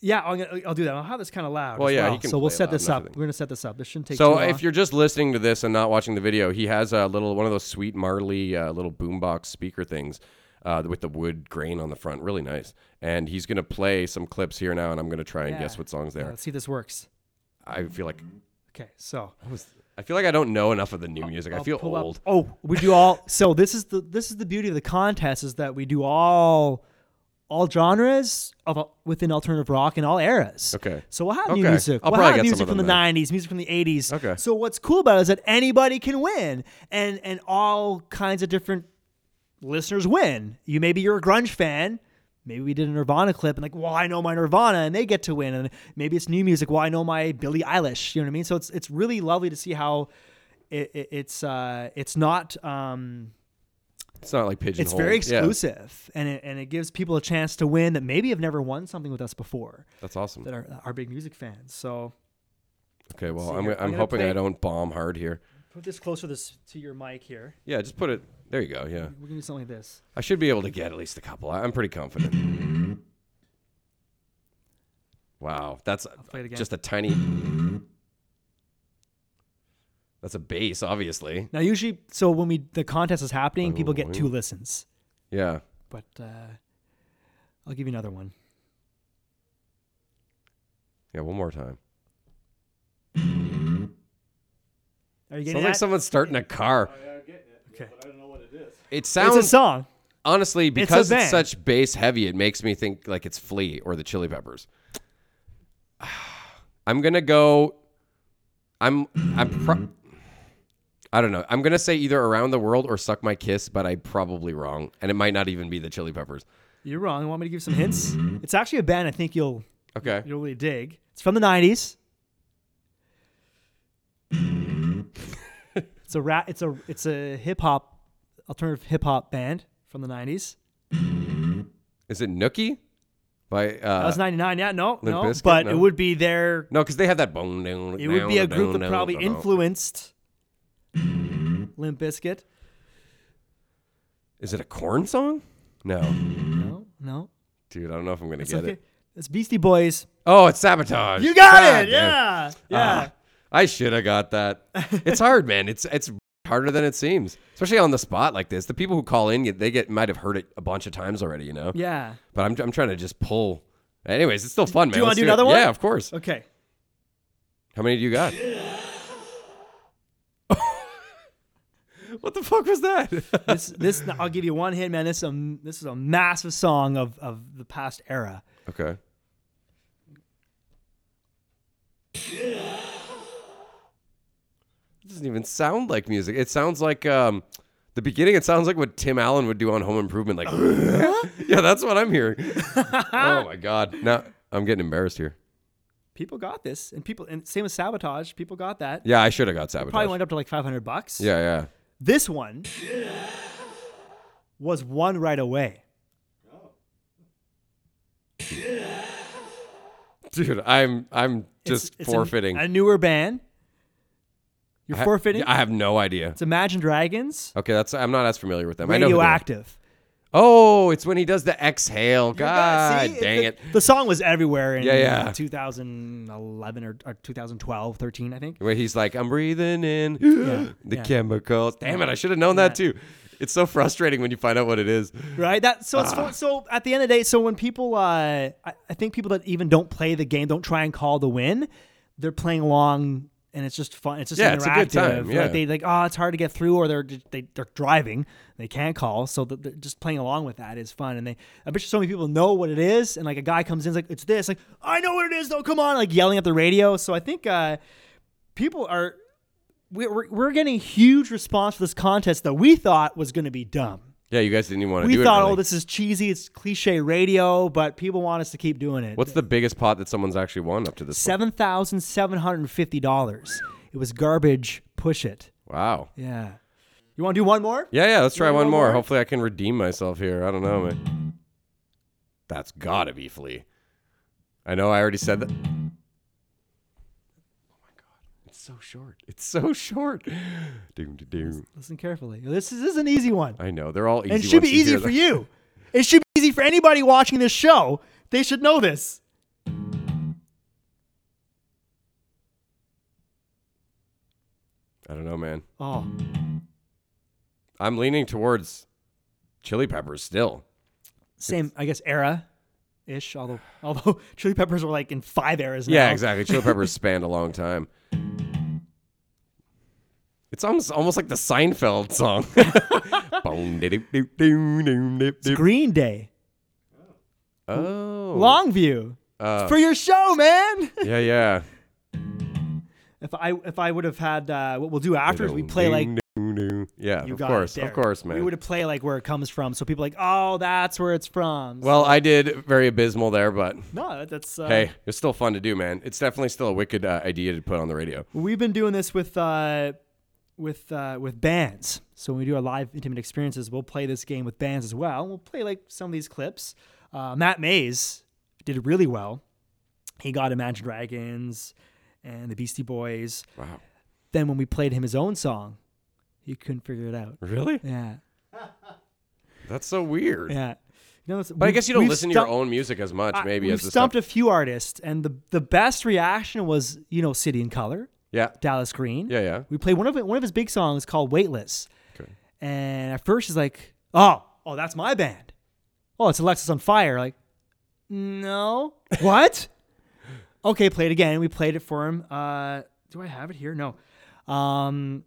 Yeah, I'm gonna, I'll do that. I'll have this kind of loud. Well, as yeah, he can so we'll play set loud this enough, I up. think. We're gonna set this up. This shouldn't take. too So long. if you're just listening to this and not watching the video, he has a little one of those sweet Marley uh, little boombox speaker things uh, with the wood grain on the front, really nice. And he's gonna play some clips here now, and I'm gonna try and Yeah. guess what songs they Yeah, are. let's see if this works. I feel like Okay, so I feel like I don't know enough of the new music. I I'll feel pull up- old. Oh, we do all. So this is the this is the beauty of the contest is that we do all all genres of within alternative rock and all eras. Okay. So we'll have new Okay. music. I'll we'll probably have get some music of from the them then. '90s, music from the '80s. Okay. So what's cool about it is that anybody can win, and and all kinds of different listeners win. You maybe you're a grunge fan. Maybe we did a Nirvana clip and like, well, I know my Nirvana and they get to win, and maybe it's new music. Well, I know my Billie Eilish. You know what I mean? So it's it's really lovely to see how it, it, it's uh it's not um It's not like pigeonhole. it's very exclusive and it, and it gives people a chance to win that maybe have never won something with us before that's awesome. that are are big music fans. So Okay, well, see I'm, here. I'm, I'm gonna hoping I play- don't bomb hard here. put this closer this to your mic here. Yeah, just put it. There you go. Yeah, We're gonna do something like this. I should be able to get at least a couple. I, I'm pretty confident. wow, that's play it again. just a tiny. That's a bass, obviously. Now usually, so when we the contest is happening, people Oh, get two listens. Yeah. But uh, I'll give you another one. Yeah, one more time. Are you getting Sounds like that? someone's starting a car. Oh, okay. It It's sounds a song. honestly because it's, band. such bass heavy, it makes me think like it's Flea or the Chili Peppers. I'm gonna go. I'm I'm. Pro- I don't know. I'm gonna say either around the world or suck my kiss, but I'm probably wrong, and it might not even be the Chili Peppers. You're wrong. You want me to give some hints? It's actually a band I think you'll Okay. you'll really dig. It's from the 90s. it's a rat it's a it's a hip hop alternative hip hop band from the 90s. Is it Nookie? By uh, That was 99. Yeah, no, no, Bizkit? but No. it would be their no, because they have that bone down. it would be a group that probably influenced. influenced Limp Bizkit. Is it a corn song? No, No, no. dude, I don't know if I'm gonna It's get okay. it. It's Beastie Boys. Oh, it's sabotage. You got God it. damn. Yeah. Yeah. Ah, I should have got that. It's hard, man. It's it's harder than it seems, especially on the spot like this. The people who call in, they get might have heard it a bunch of times already, you know. yeah. But I'm I'm trying to just pull. Anyways, it's still fun, man. you wanna Let's do another it. one? Yeah, of course. Okay. How many do you got? what the fuck was that? This this I'll give you one hint, man. This is a this is a massive song of of the past era. okay. It doesn't even sound like music. It sounds like um, the beginning. It sounds like what Tim Allen would do on Home Improvement. Like, yeah, that's what I'm hearing. oh my god! Now I'm getting embarrassed here. People got this, and people and same as sabotage. People got that. Yeah, I should have got sabotage. Probably went up to like 500 bucks. yeah, yeah. This one was one right away. Dude, I'm I'm It's- just it's a- forfeiting. A, newer band. You're I- forfeiting. I have no idea. it's Imagine Dragons. Okay, that's I'm not as familiar with them. I know. who they are. Radioactive. Oh, it's when he does the exhale. God See, dang the, it. The song was everywhere in uh, Yeah, yeah. 2011 or, or 2012, 13, I think. Where he's like, I'm breathing in the yeah. chemicals. Damn it, I should have known that too. It's so frustrating when you find out what it is. Right? That so Ah. it's fun- so at the end of the day, so when people uh I, I think people that even don't play the game, don't try and call the win, they're playing along and it's just fun. It's just Yeah, interactive. it's a good time, yeah. Like they like, oh, it's hard to get through, or they're they, they're driving, they can't call, so th- they're just playing along with that is fun. And they, I bet you so many people know what it is, and like a guy comes in, is like, it's this, like I know what it is, though. Come on, like yelling at the radio. So I think uh, people are we- we're we're getting huge response for this contest that we thought was going to be dumb Yeah, you guys didn't even want to do we it. thought, really. oh, this is cheesy. It's cliche radio, but people want us to keep doing it. What's the biggest pot that someone's actually won up to this seven thousand seven hundred and fifty dollars? It was garbage. Push it. point? Wow. Yeah. You want to do one more? Yeah, yeah, let's try want one one more. more? Hopefully I can redeem myself here. I don't know, man. That's gotta be Flea. I know I already said that. Oh my god. It's so short. It's so short. Doom to doom. Listen carefully. This is, this is an easy one, I know. They're all easy. and it should once be easy hear for them. you. It should be easy for anybody watching this show. They should know this. I don't know, man. Oh, I'm leaning towards chili peppers still. same, I guess, era. Ish, although although Chili Peppers were like in five eras. Now. Yeah, exactly. Chili peppers spanned a long time. It's almost almost like the Seinfeld song. Boom, diddy, doo, doo, doo, dip, dip. Green Day, oh, Longview, uh, for your show, man. yeah, yeah. If I if I would have had uh, what we'll do after is we play Doo, like doo, doo. yeah, you of got course, it there. of course, We man. would have play like where it comes from, so people are like oh that's where it's from. So- well, I did very abysmal there, but no, that- that's uh, hey, it's still fun to do, man. It's definitely still a wicked uh, idea to put on the radio. We've been doing this with uh, with uh, with bands. So when we do our live intimate experiences, we'll play this game with bands as well. We'll play like some of these clips. Uh, Matt Mays did really well. He got Imagine Dragons and the Beastie Boys. Wow, Then when we played him his own song, he couldn't figure it out. really? Yeah, That's so weird. yeah. You know, it's- But I we've- guess you don't we've listen to stumped- your own music as much, I- maybe. we've as the stuff- stumped a few artists, and the the best reaction was you know City in Color, Yeah. Dallas Green. Yeah, yeah. We played one of one of his big songs called Weightless, Okay. and at first he's like, oh, oh, that's my band. Oh, it's Alexis on Fire. Like, no, what? okay, play it again. We played it for him. Uh, do I have it here? No. Um,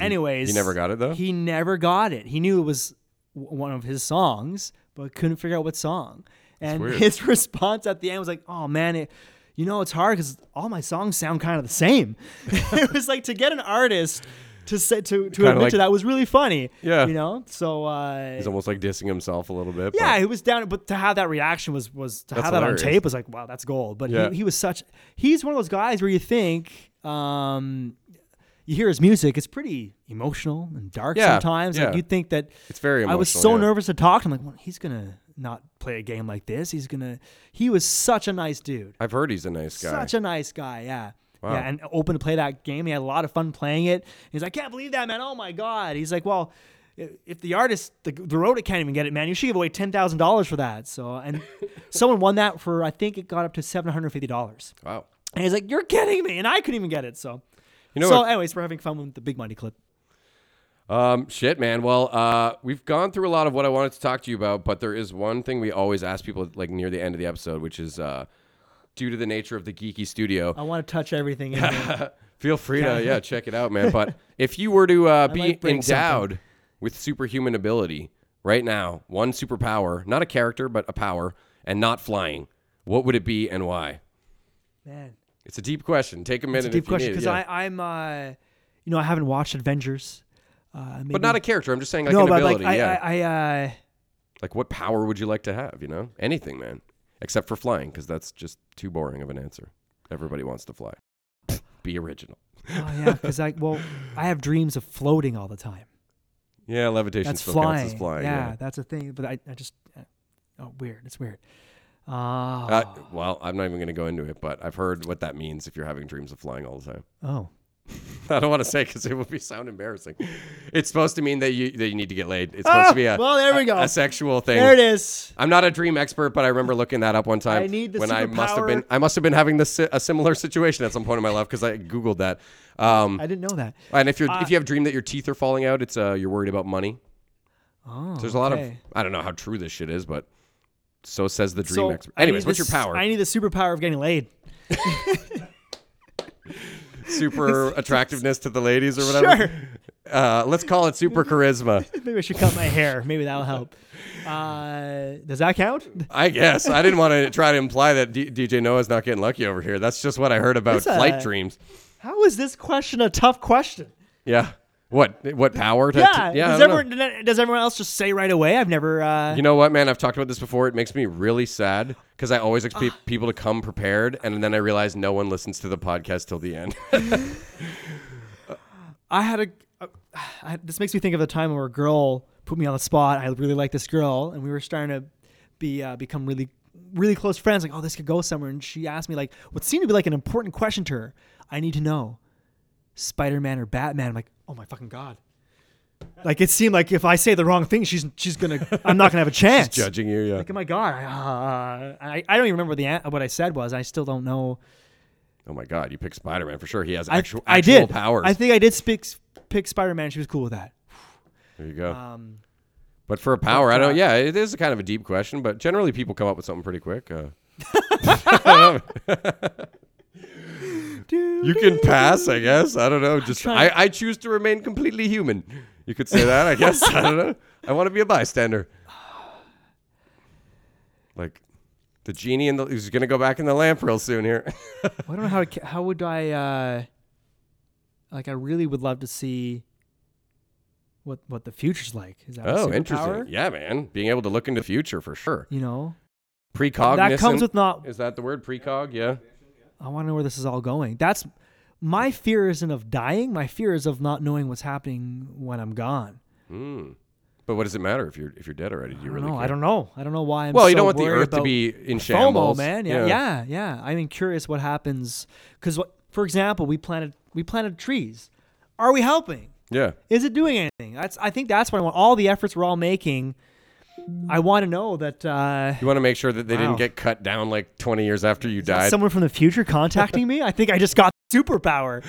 anyways, he never got it, though? He never got it. He knew it was w- one of his songs, but couldn't figure out what song. And weird. his response at the end was like, "Oh man, it, you know, it's hard because all my songs sound kind of the same." it was like to get an artist to say to, to Kinda admit to like- that was really funny. Yeah. you know. So uh, He's almost like dissing himself a little bit. but- yeah, he was down, but to have that reaction was was to That's have that hilarious. on tape was like, wow, that's gold. But Yeah. he, he was such. He's one of those guys where you think, um, you hear his music, it's pretty emotional and dark Yeah, sometimes. yeah. Like you think that It's very I was emotional, so yeah. nervous to talk to him. Like, well, he's gonna not play a game like this. He's gonna. He was such a nice dude. I've heard he's a nice guy. Such a nice guy. Yeah. Wow. Yeah, and open to play that game. He had a lot of fun playing it. He's like, can't believe that, man. Oh my god. He's like, well, i- if the artist, the, the road, can't even get it, man, you should give away ten thousand dollars for that. So, and someone won that for, I think it got up to seven hundred fifty dollars. wow. And he's like, you're kidding me, and I couldn't even get it. So, You know so what- anyways, we're having fun with the big money clip. Um, shit, man. Well, uh, we've gone through a lot of what I wanted to talk to you about, but there is one thing we always ask people like near the end of the episode, which is uh, due to the nature of the geeky studio, I want to touch everything. In there. feel free to yeah check it out, man. But if you were to uh, be might bring endowed with superhuman ability right now, one superpower, not a character but a power, and not flying, what would it be and why? man, It's a deep question. Take a minute. it's a deep if you need question it, because yeah. I, I'm, uh, you know, I haven't watched Avengers. Uh, maybe, but not a character. I'm just saying like no, an but ability. like I, yeah. I, I uh, Like, what power would you like to have? You know, anything, man, except for flying, because that's just too boring of an answer. Everybody wants to fly. Be original. Oh yeah, because I well, I have dreams of floating all the time. Yeah, levitation That's still flying. counts as flying. yeah, Yeah. that's a thing. But I, I just, uh, oh weird. It's weird. Uh, Uh, well, I'm not even going to go into it, but I've heard what that means if you're having dreams of flying all the time. oh, I don't want to say because it would be sound embarrassing. It's supposed to mean that you that you need to get laid. It's supposed Ah, to be a well, there we a- go. a sexual thing. there it is. I'm not a dream expert, but I remember looking that up one time. I need the when I must have superpower. been I must have been having this si- a similar situation at some point in my life because I googled that. Um, I didn't know that. And if you are if you have a dream that your teeth are falling out, it's uh you're worried about money. Oh, There's a lot okay. of I don't know how true this shit is, but so says the dream So, expert. I Anyways, need what's this- your power? I need the superpower of getting laid. super attractiveness to the ladies or whatever. Sure. Uh, let's call it super charisma. Maybe I should cut my hair. Maybe that'll help. Uh, does that count? I guess I didn't want to try to imply that D- DJ Noah's not getting lucky over here. That's just what I heard about It's a- flight dreams. How is this question a tough question? Yeah. What? What power? To, Yeah. to- yeah. I does don't know. everyone does everyone else just say right away? I've never. Uh, You know what, man? I've talked about this before. It makes me really sad because I always expect people to come prepared, and then I realize no one listens to the podcast till the end. I had a. Uh, I, this makes me think of the time where a girl put me on the spot. I really liked this girl, and we were starting to be uh, become really, really close friends. Like, oh, this could go somewhere. And she asked me like what seemed to be like an important question to her. I need to know, Spider Man or Batman? I'm like, oh my fucking god. Like it seemed like if I say the wrong thing, she's she's gonna. I'm not gonna have a chance. Judging you, yeah. Like, oh my god, I, uh, I I don't even remember the an- what I said was. I still don't know. Oh my god, you picked Spider Man for sure. He has I actual, I actual did. powers. I think I did speak, pick Spider Man. She was cool with that. there you go. Um, but for a power, I uh, don't. Yeah, it is kind of a deep question, but generally people come up with something pretty quick. Uh, I don't know. you can pass, I guess. I don't know. Just I, I choose to remain completely human. You could say that, I guess. I don't know. I want to be a bystander. Like the genie in the he's gonna go back in the lamp real soon here. I don't know how. to ca- How would I? uh Like, I really would love to see what what the future's like. Is that a oh, superpower? interesting. Yeah, man. Being able to look into the future for sure. You know, Precognizant. that comes with not. Is that the word precog? Yeah. I want to know where this is all going. That's my fear isn't of dying. My fear is of not knowing what's happening when I'm gone. Hmm. But what does it matter if you're if you're dead already? Do you I really don't know. care? I don't know. I don't know why I'm. Well, you so don't want the worried earth to about be in FOMO, shambles, man. Yeah, yeah, yeah. I mean, curious what happens because, for example, we planted we planted trees. Are we helping? Yeah. Is it doing anything? That's I think that's what I want. All the efforts we're all making, I want to know that uh, You want to make sure that they Wow. didn't get cut down like 20 years after you died. someone from the future contacting me. I think I just got superpower.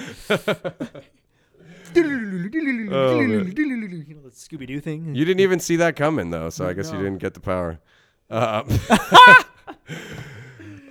you know Oh, the Scooby Doo thing. you didn't even see that coming though, so I guess you didn't get the power. Uh,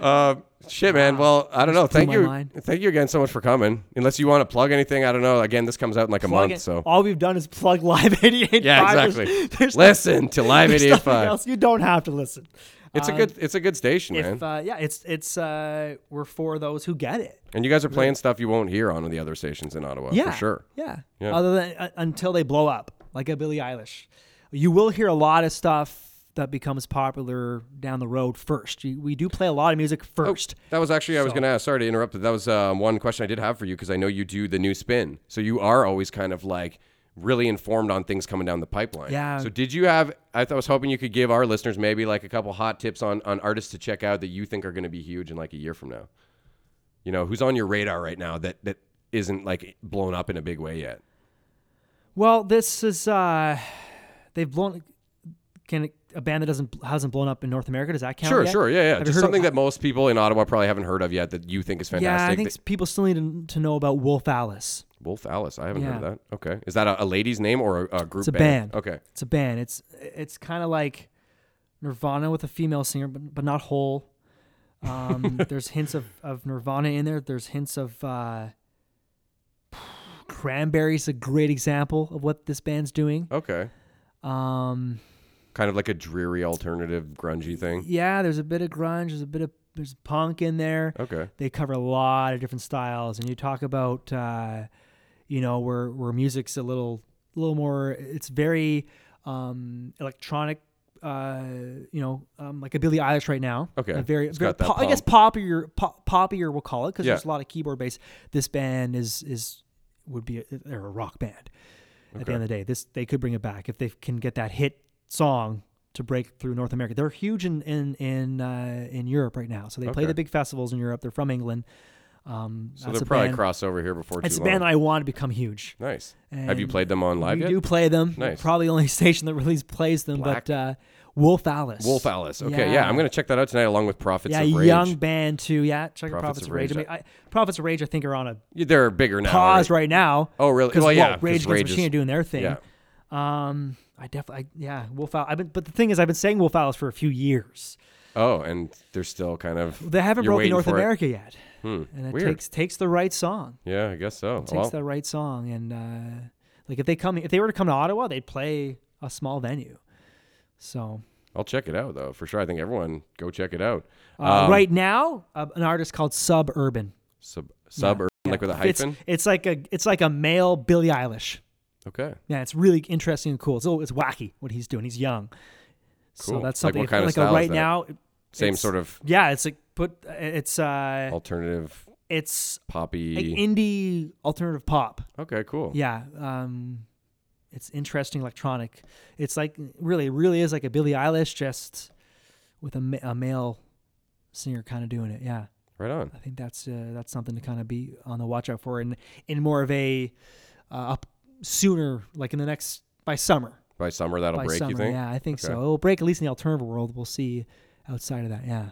uh, shit, man. Well, I don't know. Thank my you, mind. thank you again so much for coming. Unless you want to plug anything, I don't know. Again, this comes out in like a Plug month, it. so all we've done is plug Live 88. yeah, There's- exactly. There's, Listen to Live there's nothing 85. else. You don't have to listen. It's a good it's a good station, man. If, uh, yeah, it's it's uh, we're for those who get it. and you guys are playing stuff you won't hear on the other stations in Ottawa Yeah, for sure. Yeah. Yeah. Other than uh, until they blow up, like a Billie Eilish, you will hear a lot of stuff that becomes popular down the road first. You, we do play a lot of music Oh. first. That was actually I was going to ask. Sorry to interrupt, but that was um, one question I did have for you because I know you do the new spin, so you are always kind of like really informed on things coming down the pipeline. Yeah. So did you have? I, th- I was hoping you could give our listeners maybe like a couple hot tips on on artists to check out that you think are going to be huge in like a year from now. You know, who's on your radar right now that that isn't like blown up in a big way yet? Well, this is uh, they've blown. Can a band that doesn't hasn't blown up in North America does that count? Sure, yet? sure, yeah, yeah. Have you Just heard of- something that most people in Ottawa probably haven't heard of yet that you think is fantastic. Yeah, I think that- s- people still need to, to know about Wolf Alice. Wolf Alice. I haven't heard Yeah. of that. Okay, is that a, a lady's name or a, a group? It's a band. Okay. It's a band. It's it's kind of like Nirvana with a female singer, but but not whole. Um, there's hints of, of Nirvana in there. There's hints of uh, Cranberries. A great example of what this band's doing. Okay. Um, Kind of like a dreary alternative grungy thing. yeah, there's a bit of grunge. There's a bit of there's punk in there. Okay. they cover a lot of different styles and you talk about uh, you know where where music's a little little more it's very um, electronic uh, you know um, like a Billie Eilish right now Okay. a very, It's very got that pop- I guess poppier pop, poppier we'll call it because Yeah. there's a lot of keyboard bass this band is is would be a, they're a rock band at the end of the day this they could bring it back if they can get that hit song to break through North America. They're huge in in in, uh, in Europe right now. So they play Okay. the big festivals in Europe. They're from England. Um, So that's they'll a probably band, cross over here before It's too a band that long. I want to become huge. nice. Have you and played them on live we yet? do play them. Nice. Probably the only station that really plays them, Black. but uh, Wolf Alice. Wolf Alice. Okay. Yeah. I'm gonna check that out tonight along with Prophets Yeah, of Rage. young band too. Yeah, check out Prophets of Prophets of Rage. I mean, Rage. I, Prophets of Rage, I think, are on a Yeah, They're bigger now. pause already. right now. Oh, really? Because Well, yeah, 'cause Rage Against the Rage Machine is- are doing their thing. yeah. Um, I definitely, yeah, Wolf Alice. I've been, but the thing is, I've been saying Wolf Alice for a few years. Oh, and they're still kind of. They haven't you're broken waiting North for it. America yet, Hmm. and it Weird. takes takes the right song, yeah, I guess so. takes Well, the right song, and uh, like if they come, if they were to come to Ottawa, they'd play a small venue. So I'll check it out though for sure. I think everyone go check it out. uh, Um, right now, uh, an artist called Suburban, Sub suburban like with a It's hyphen. it's like a it's like a male Billie Eilish. Okay. Yeah, it's really interesting and cool. It's oh, it's wacky what he's doing. He's young, Cool. so that's Like, something. what if- kind of like, uh, style is right that? now, it- Same it's- sort of Yeah, it's like put it's uh alternative it's like poppy. indie alternative pop. okay. Cool. Yeah, um, it's interesting electronic. It's like really, really is like a Billie Eilish just with a, ma- a male singer kind of doing it. Yeah, Right on. I think that's uh, that's something to kind of be on the watch out for, and in more of a uh, up sooner, like in the next by summer. By summer that'll by break. summer. You think? Yeah, I think so. Okay. It'll break at least in the alternative world. We'll see outside of that. Yeah.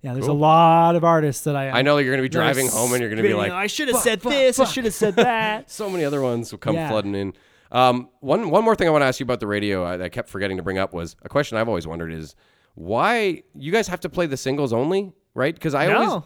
Yeah, there's Cool. a lot of artists that I I know you're gonna be that are driving home and you're gonna be spitting, like, I should have "Fuck, said fuck, this, I fuck." should have said that. So many other ones will come Yeah. flooding in. Um, one one more thing I want to ask you about the radio I, that I kept forgetting to bring up was a question I've alys wondered is why you guys have to play the singles only, right? Because I always No.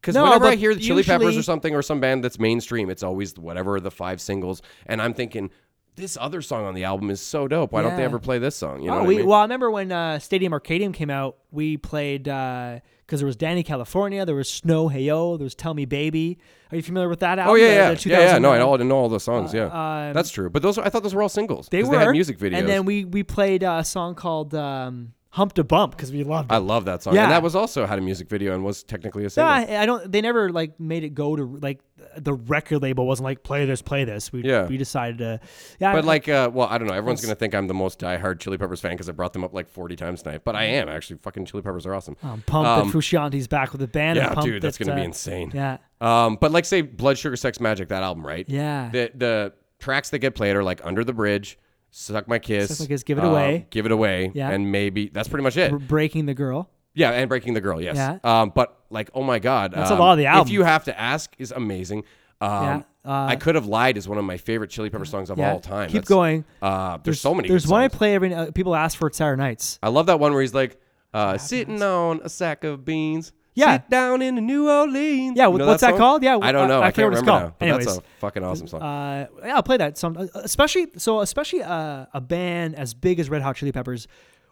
because No, whenever I but hear the Chili Peppers or usually- something or some band that's mainstream, it's always whatever the five singles, and I'm thinking this other song on the album is so dope. Why don't they Yeah. ever play this song? You know oh, what we, I mean? well, I remember when uh, Stadium Arcadium came out, we played because there was Danny California, there was Snow Heyo, there was Tell Me Baby. Are you familiar with that album? Oh yeah, The- yeah, the yeah, yeah. No, I 2009? know, I know all those songs. yeah, um, that's true. But those, I thought those were all singles. They 'cause were They had music videos. and then we we played uh, a song called um, "Hump to Bump" because we loved it. I love that song. Yeah. And that was also had a music video and was technically a No, single. I, I don't. They never like made it go to like the record label wasn't like play this, play this. We Yeah. we decided to. Yeah, but I- like, uh, well, I don't know. Everyone's gonna think I'm the most diehard Chili Peppers fan because I brought them up like 40 times tonight. But I am actually. Fucking Chili Peppers are awesome. um, pump um, that Frusciante's back with the band. and yeah, Pump dude, that's that, gonna be uh, insane. Yeah, Um, but like, say Blood Sugar Sex Magic, that album, right? yeah. The the tracks that get played are like Under the Bridge, Suck My Kiss, um, Suck My Kiss, Give It Away. Give It Away, Yeah. and maybe that's pretty much it. We're breaking the girl. Yeah, and Breaking the Girl, yes. Yeah. Um, but like, oh my god, That's a um, lot of the album. If you have to ask, is amazing. Um, Yeah, uh, I could have lied is one of my favorite Chili Pepper songs of Yeah, all time. Keep That's- going. Uh, there's, so many. There's good one I songs. play every. Uh, people ask for it Saturday nights. I love that one where he's like uh, sitting on a sack of beans. Yeah. sit down in New Orleans. Yeah, wh- what's that song? called? Yeah, I don't I- know. I I, forget can't what it's remember called. now. But that's a Anyways. fucking awesome song. Uh, yeah, I'll play that. Some, especially so, especially uh, a band as big as Red Hot Chili Peppers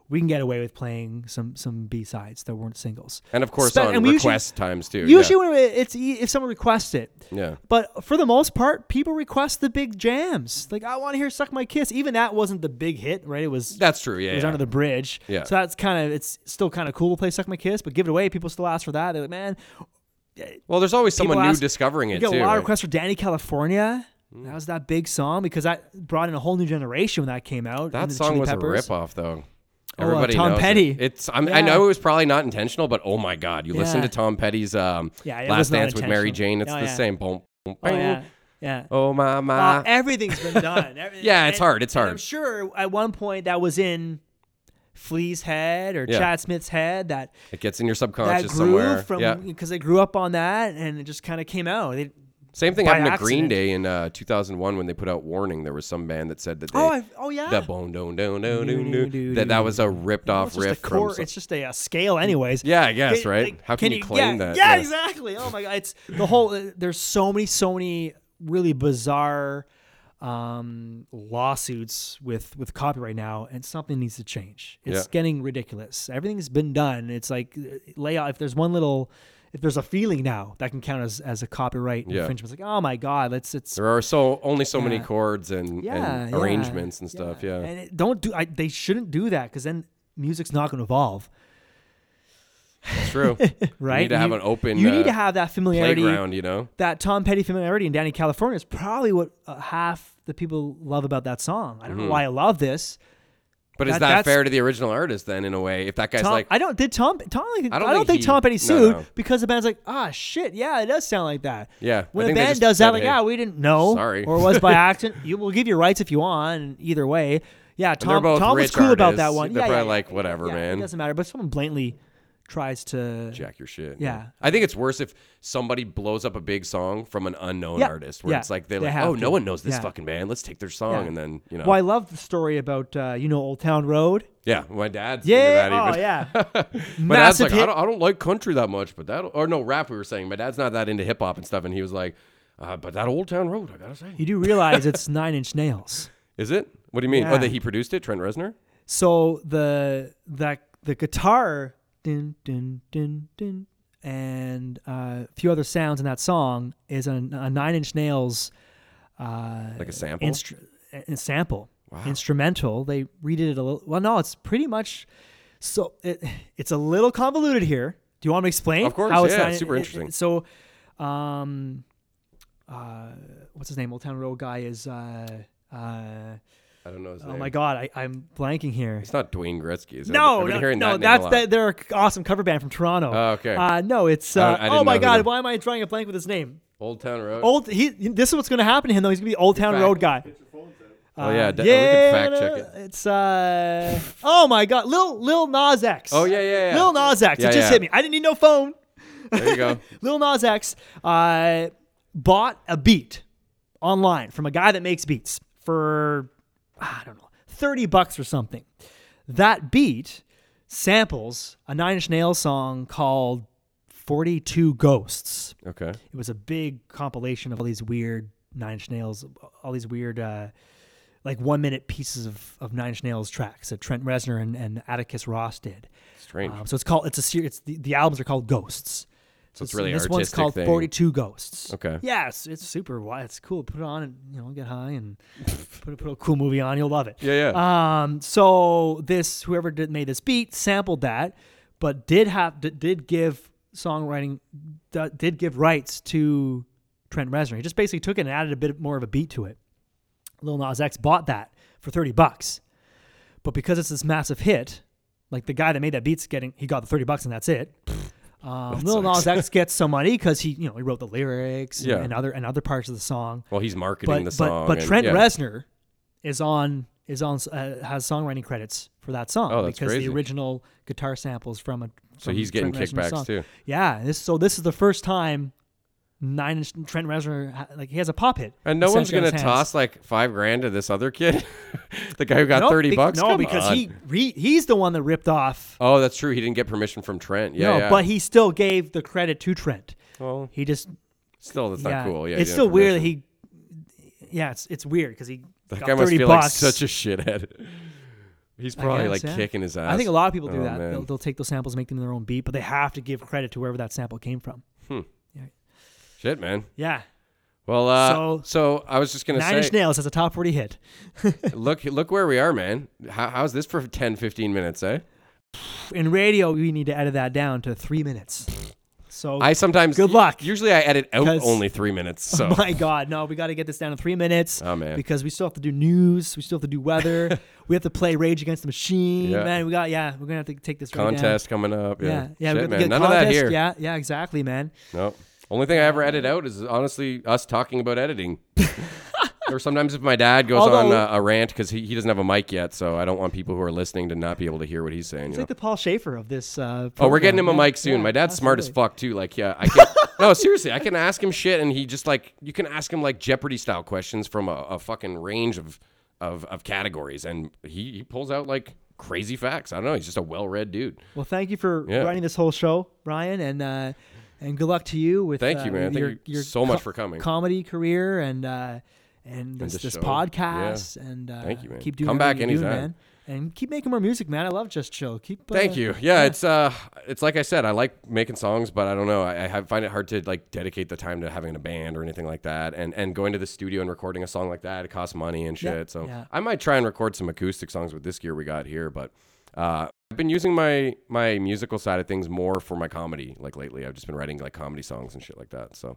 we can get away with playing some some B sides that weren't singles. And of course, Spe- on and we usually- request times too. yeah. Usually, when it- it's e- if someone requests it, Yeah. but for the most part, people request the big jams. Like I want to hear "Suck My Kiss." Even that wasn't the big hit, right? It was That's true. Yeah. it was yeah. under the bridge. Yeah. So that's kind of it's still kind of cool to play "Suck My Kiss," but give it away. People still ask for that. They're like, man, well, there's always someone people new ask- discovering we it got too. a lot right? Hmm. of requests for "Danny California." That was that big song because that brought in a whole new generation when that came out. That and the song Chili was Peppers. a ripoff, though. Oh, uh, Everybody Tom knows it. Petty. It's I'm, I Yeah. know it was probably not intentional, but oh my god, you listen Yeah. to Tom Petty's um, Yeah, it Last was not Dance with Mary Jane. intentional. It's Oh, the yeah. same. Boom, boom, Oh bang. yeah, yeah. Oh my my. Uh, everything's been done. Everything- Yeah, it's and- hard, it's and I'm hard. sure at one point that was in Flea's head or Yeah. Chad Smith's head that it gets in your that subconscious grew somewhere. from yeah. because they grew up on that and it just kind of came out. They, Same thing by happened to Green accident. Day in uh, 2001 when they put out Warning. There was some band that said that they oh, I, oh yeah. that bone don't don't don't Doo, don't doo, that that doo. was a ripped Well, off it's just riff a from. core. some- It's just a, uh scale, anyways. Yeah, I guess Can- right. like, How can, you claim yeah, that? Yeah, exactly. Oh my god, it's the whole. uh, There's so many, so many really bizarre um lawsuits with with copyright now and something needs to change it's Yeah. getting ridiculous everything's been done it's like uh, lay out if there's one little if there's a feeling now that can count as as a copyright Yeah. infringement it's like oh my god let's it's There are so only so many Yeah. chords and, Yeah, and yeah, arrangements and stuff. Yeah. and it, don't do I, they shouldn't do that because then music's not going to evolve True. right to have an open, you need uh, to have that familiarity Playground, you know. that Tom Petty familiarity in Danny California is probably what uh, half the people love about that song. I don't Mm-hmm. know why I love this. But is That- that that's- fair to the original artist then, in a way? If that guy's Tom, like, I don't did Tom Tom I don't, I don't think, think he- Tom Petty no, sued no. because the band's like ah shit yeah it does sound like that Yeah, I when a think they band just does said, that like "Hey, yeah we didn't know sorry." or it was by accident you will give you rights if you want and either way yeah and they're Tom both Tom was rich cool about that artists, one They're yeah, probably yeah, yeah, like, whatever, yeah, it man. doesn't matter but if someone blatantly tries to Jack your shit. Yeah. I think it's worse if somebody blows up a big song from an unknown Yeah, artist, where yeah, it's like they're they like, have oh, no to. one knows this Yeah. fucking band. Let's take their song, Yeah. and then you know, well I love the story about uh, you know Old Town Road yeah, my dad's into yeah that oh even. yeah My dad's Massive like, I hit. don't, I don't like country that much, but that or no rap. We were saying my dad's not that into hip hop and stuff, and he was like, uh, but that Old Town Road, I gotta say, You do realize it's Nine Inch Nails. is it? What do you mean? Oh, Yeah. that he produced it, Trent Reznor. So the that the guitar din din din din and uh, a few other sounds in that song is a, a Nine Inch Nails uh, Like a sample? instru- a- a sample instrumental. They redid it a little. Well, no, it's pretty much so it, it's a little convoluted here. Do you want me to explain? Of course, yeah, it's super it- it- interesting. so, um, uh, what's his name? Old Town Road guy is uh, uh. I don't know his Oh name. my god, I, I'm blanking here. It's not Dwayne Gretzky, is it? No, I've been no, hearing no that name a that's lot. that, they're an awesome cover band from Toronto. Oh, okay. Uh, no, it's I uh, don't- I oh didn't my know who the- god, why am I drawing a blank with his name? Old Town Road. Old he. This is what's gonna happen to him though. He's gonna be Old Town fact. Road guy. oh yeah, Uh, de- yeah, we can fact check it. It's uh, oh my god, Lil Lil Nas X. Oh yeah, yeah, yeah. Lil Nas X. Yeah, it just yeah. hit me. I didn't need no phone. There you go. Lil Nas X uh, bought a beat online from a guy that makes beats for I don't know thirty bucks or something. That beat samples a Nine Inch Nails song called "42 Ghosts." Okay. It was a big compilation of all these weird Nine Inch Nails, all these weird. Uh, like one minute pieces of, of Nine Inch Nails tracks that Trent Reznor and, and Atticus Ross did. Strange. Um, so it's called it's a series. The, the albums are called Ghosts. So it's really this one's artistic called thing. Forty Two Ghosts. Okay. Yes, it's super. wi- It's cool. Put it on and you know get high and put a, put a cool movie on. You'll love it. Yeah, yeah. Um. So this whoever did made this beat sampled that, but did have d- did give songwriting d- did give rights to Trent Reznor. He just basically took it and added a bit more of a beat to it. Lil Nas X bought that for thirty bucks, but because it's this massive hit, like the guy that made that beat's getting he got the thirty bucks and that's it. Um, Lil Nas X gets some money because he you know he wrote the lyrics and- Yeah. and other and other parts of the song well, he's marketing but the but song. but and- Trent yeah. Reznor is on is on uh, has songwriting credits for that song Oh, that's because crazy. the original guitar samples from a So from he's getting Trent Reznor's kickbacks song. too. Yeah, this so this is the first time Nine Inch Trent Reznor ha- like he has a pop hit And no one's essentially on gonna his hands. toss like five grand to this other kid, the guy who got No, thirty be- bucks. No, Come because on. he re- he's the one that ripped off. Oh, that's true. He didn't get permission from Trent. Yeah, no, yeah. but he still gave the credit to Trent. Well, He just still, that's yeah, not cool. Yeah, he it's didn't still have weird that permission. he. Yeah, it's it's weird because he That got guy must thirty feel bucks. like such a shithead. He's probably like guess, yeah. kicking his ass. I think a lot of people do Oh, that. man. They'll, they'll take those samples, make them their own beat, but they have to give credit to wherever that sample came from. Shit, man. Yeah, Well, uh, so, So- I was just gonna Nine say, Inch Nails has a top forty hit. look, look where we are, man. How, how's this for 10, 15 minutes, eh? In radio, we need to edit that down to three minutes. So I sometimes Good luck. Usually, I edit out 'Cause- only three minutes. So, My God, no, we got to get this down to three minutes. Oh, man. because we still have to do news, we still have to do weather, we have to play Rage Against the Machine. Yeah. Man, we got yeah, we're gonna have to take this right down. contest coming up. Yeah, Yeah, yeah, Shit, we man. got to get None of that contest. here. Yeah, yeah, exactly, man. No. Only thing I ever edit out is honestly us talking about editing. or sometimes if my dad goes on uh, Although- a, a rant because he, he doesn't have a mic yet, so I don't want people who are listening to not be able to hear what he's saying. you It's know? like the Paul Schaefer of this. Uh, Oh, we're getting him a program, yeah. mic soon. Yeah, My dad's smart as absolutely. fuck too. Like, yeah, I can. no, seriously, I can ask him shit, and he just like you can ask him like Jeopardy style questions from a, a fucking range of of of categories, and he he pulls out like crazy facts. I don't know. He's just a well read dude. Well, thank you for Yeah. running this whole show, Ryan, and uh, and good luck to you with. Thank uh, you, man. with Thank your, you your so much for coming. Comedy career and uh, and this, the this show. podcast and uh, Thank you, man. Keep doing Come back everything you're doing, anytime. man. And keep making more music, man. I love Just Chill. Keep. Uh, Thank you. Yeah, it's uh, it's like I said, I like making songs, but I don't know. I, I have, find it hard to like dedicate the time to having a band or anything like that, and and going to the studio and recording a song like that it costs money and shit. Yeah, So yeah. I might try and record some acoustic songs with this gear we got here, but uh, I've been using my my musical side of things more for my comedy. Like lately, I've just been writing like comedy songs and shit like that. So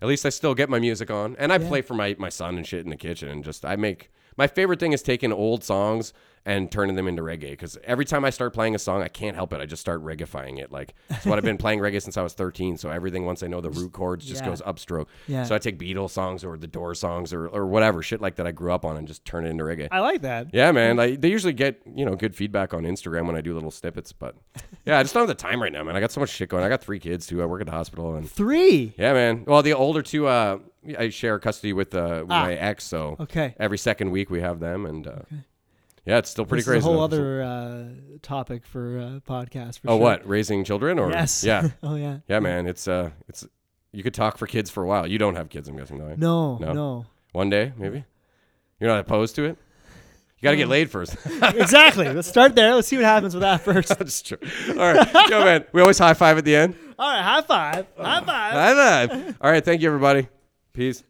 at least I still get my music on, and I play for my my son and shit in the kitchen, and just I make. My favorite thing is taking old songs and turning them into reggae because every time I start playing a song, I can't help it. I just start reggaifying it. Like it's what I've been playing reggae since I was 13. So everything once I know the root chords just yeah. goes upstroke. Yeah. So I take Beatles songs or the Door songs or, or whatever shit like that I grew up on and just turn it into reggae. I like that. Yeah, man. Like they usually get you know good feedback on Instagram when I do little snippets, but yeah, I just don't have the time right now, man. I got so much shit going. I got three kids too. I work at the hospital, and Three. yeah, man. Well, the older two, uh, I share custody with, uh, with my ex, so Ah. Okay. every second week we have them, and uh, yeah, it's still pretty This crazy. is a whole though. other uh, topic for uh, podcast. For oh, sure. what raising children or Yes. yeah, oh yeah. yeah, man. It's uh, it's you could talk for kids for a while. You don't have kids, I'm guessing, though. eh? No, No. no. One day, maybe. You're not opposed to it. You got to Um. get laid first. exactly. Let's start there. Let's see what happens with that first. That's true. All right, yo, man. We always high five at the end. All right. High five. High five. High five. All right. Thank you, everybody. Peace.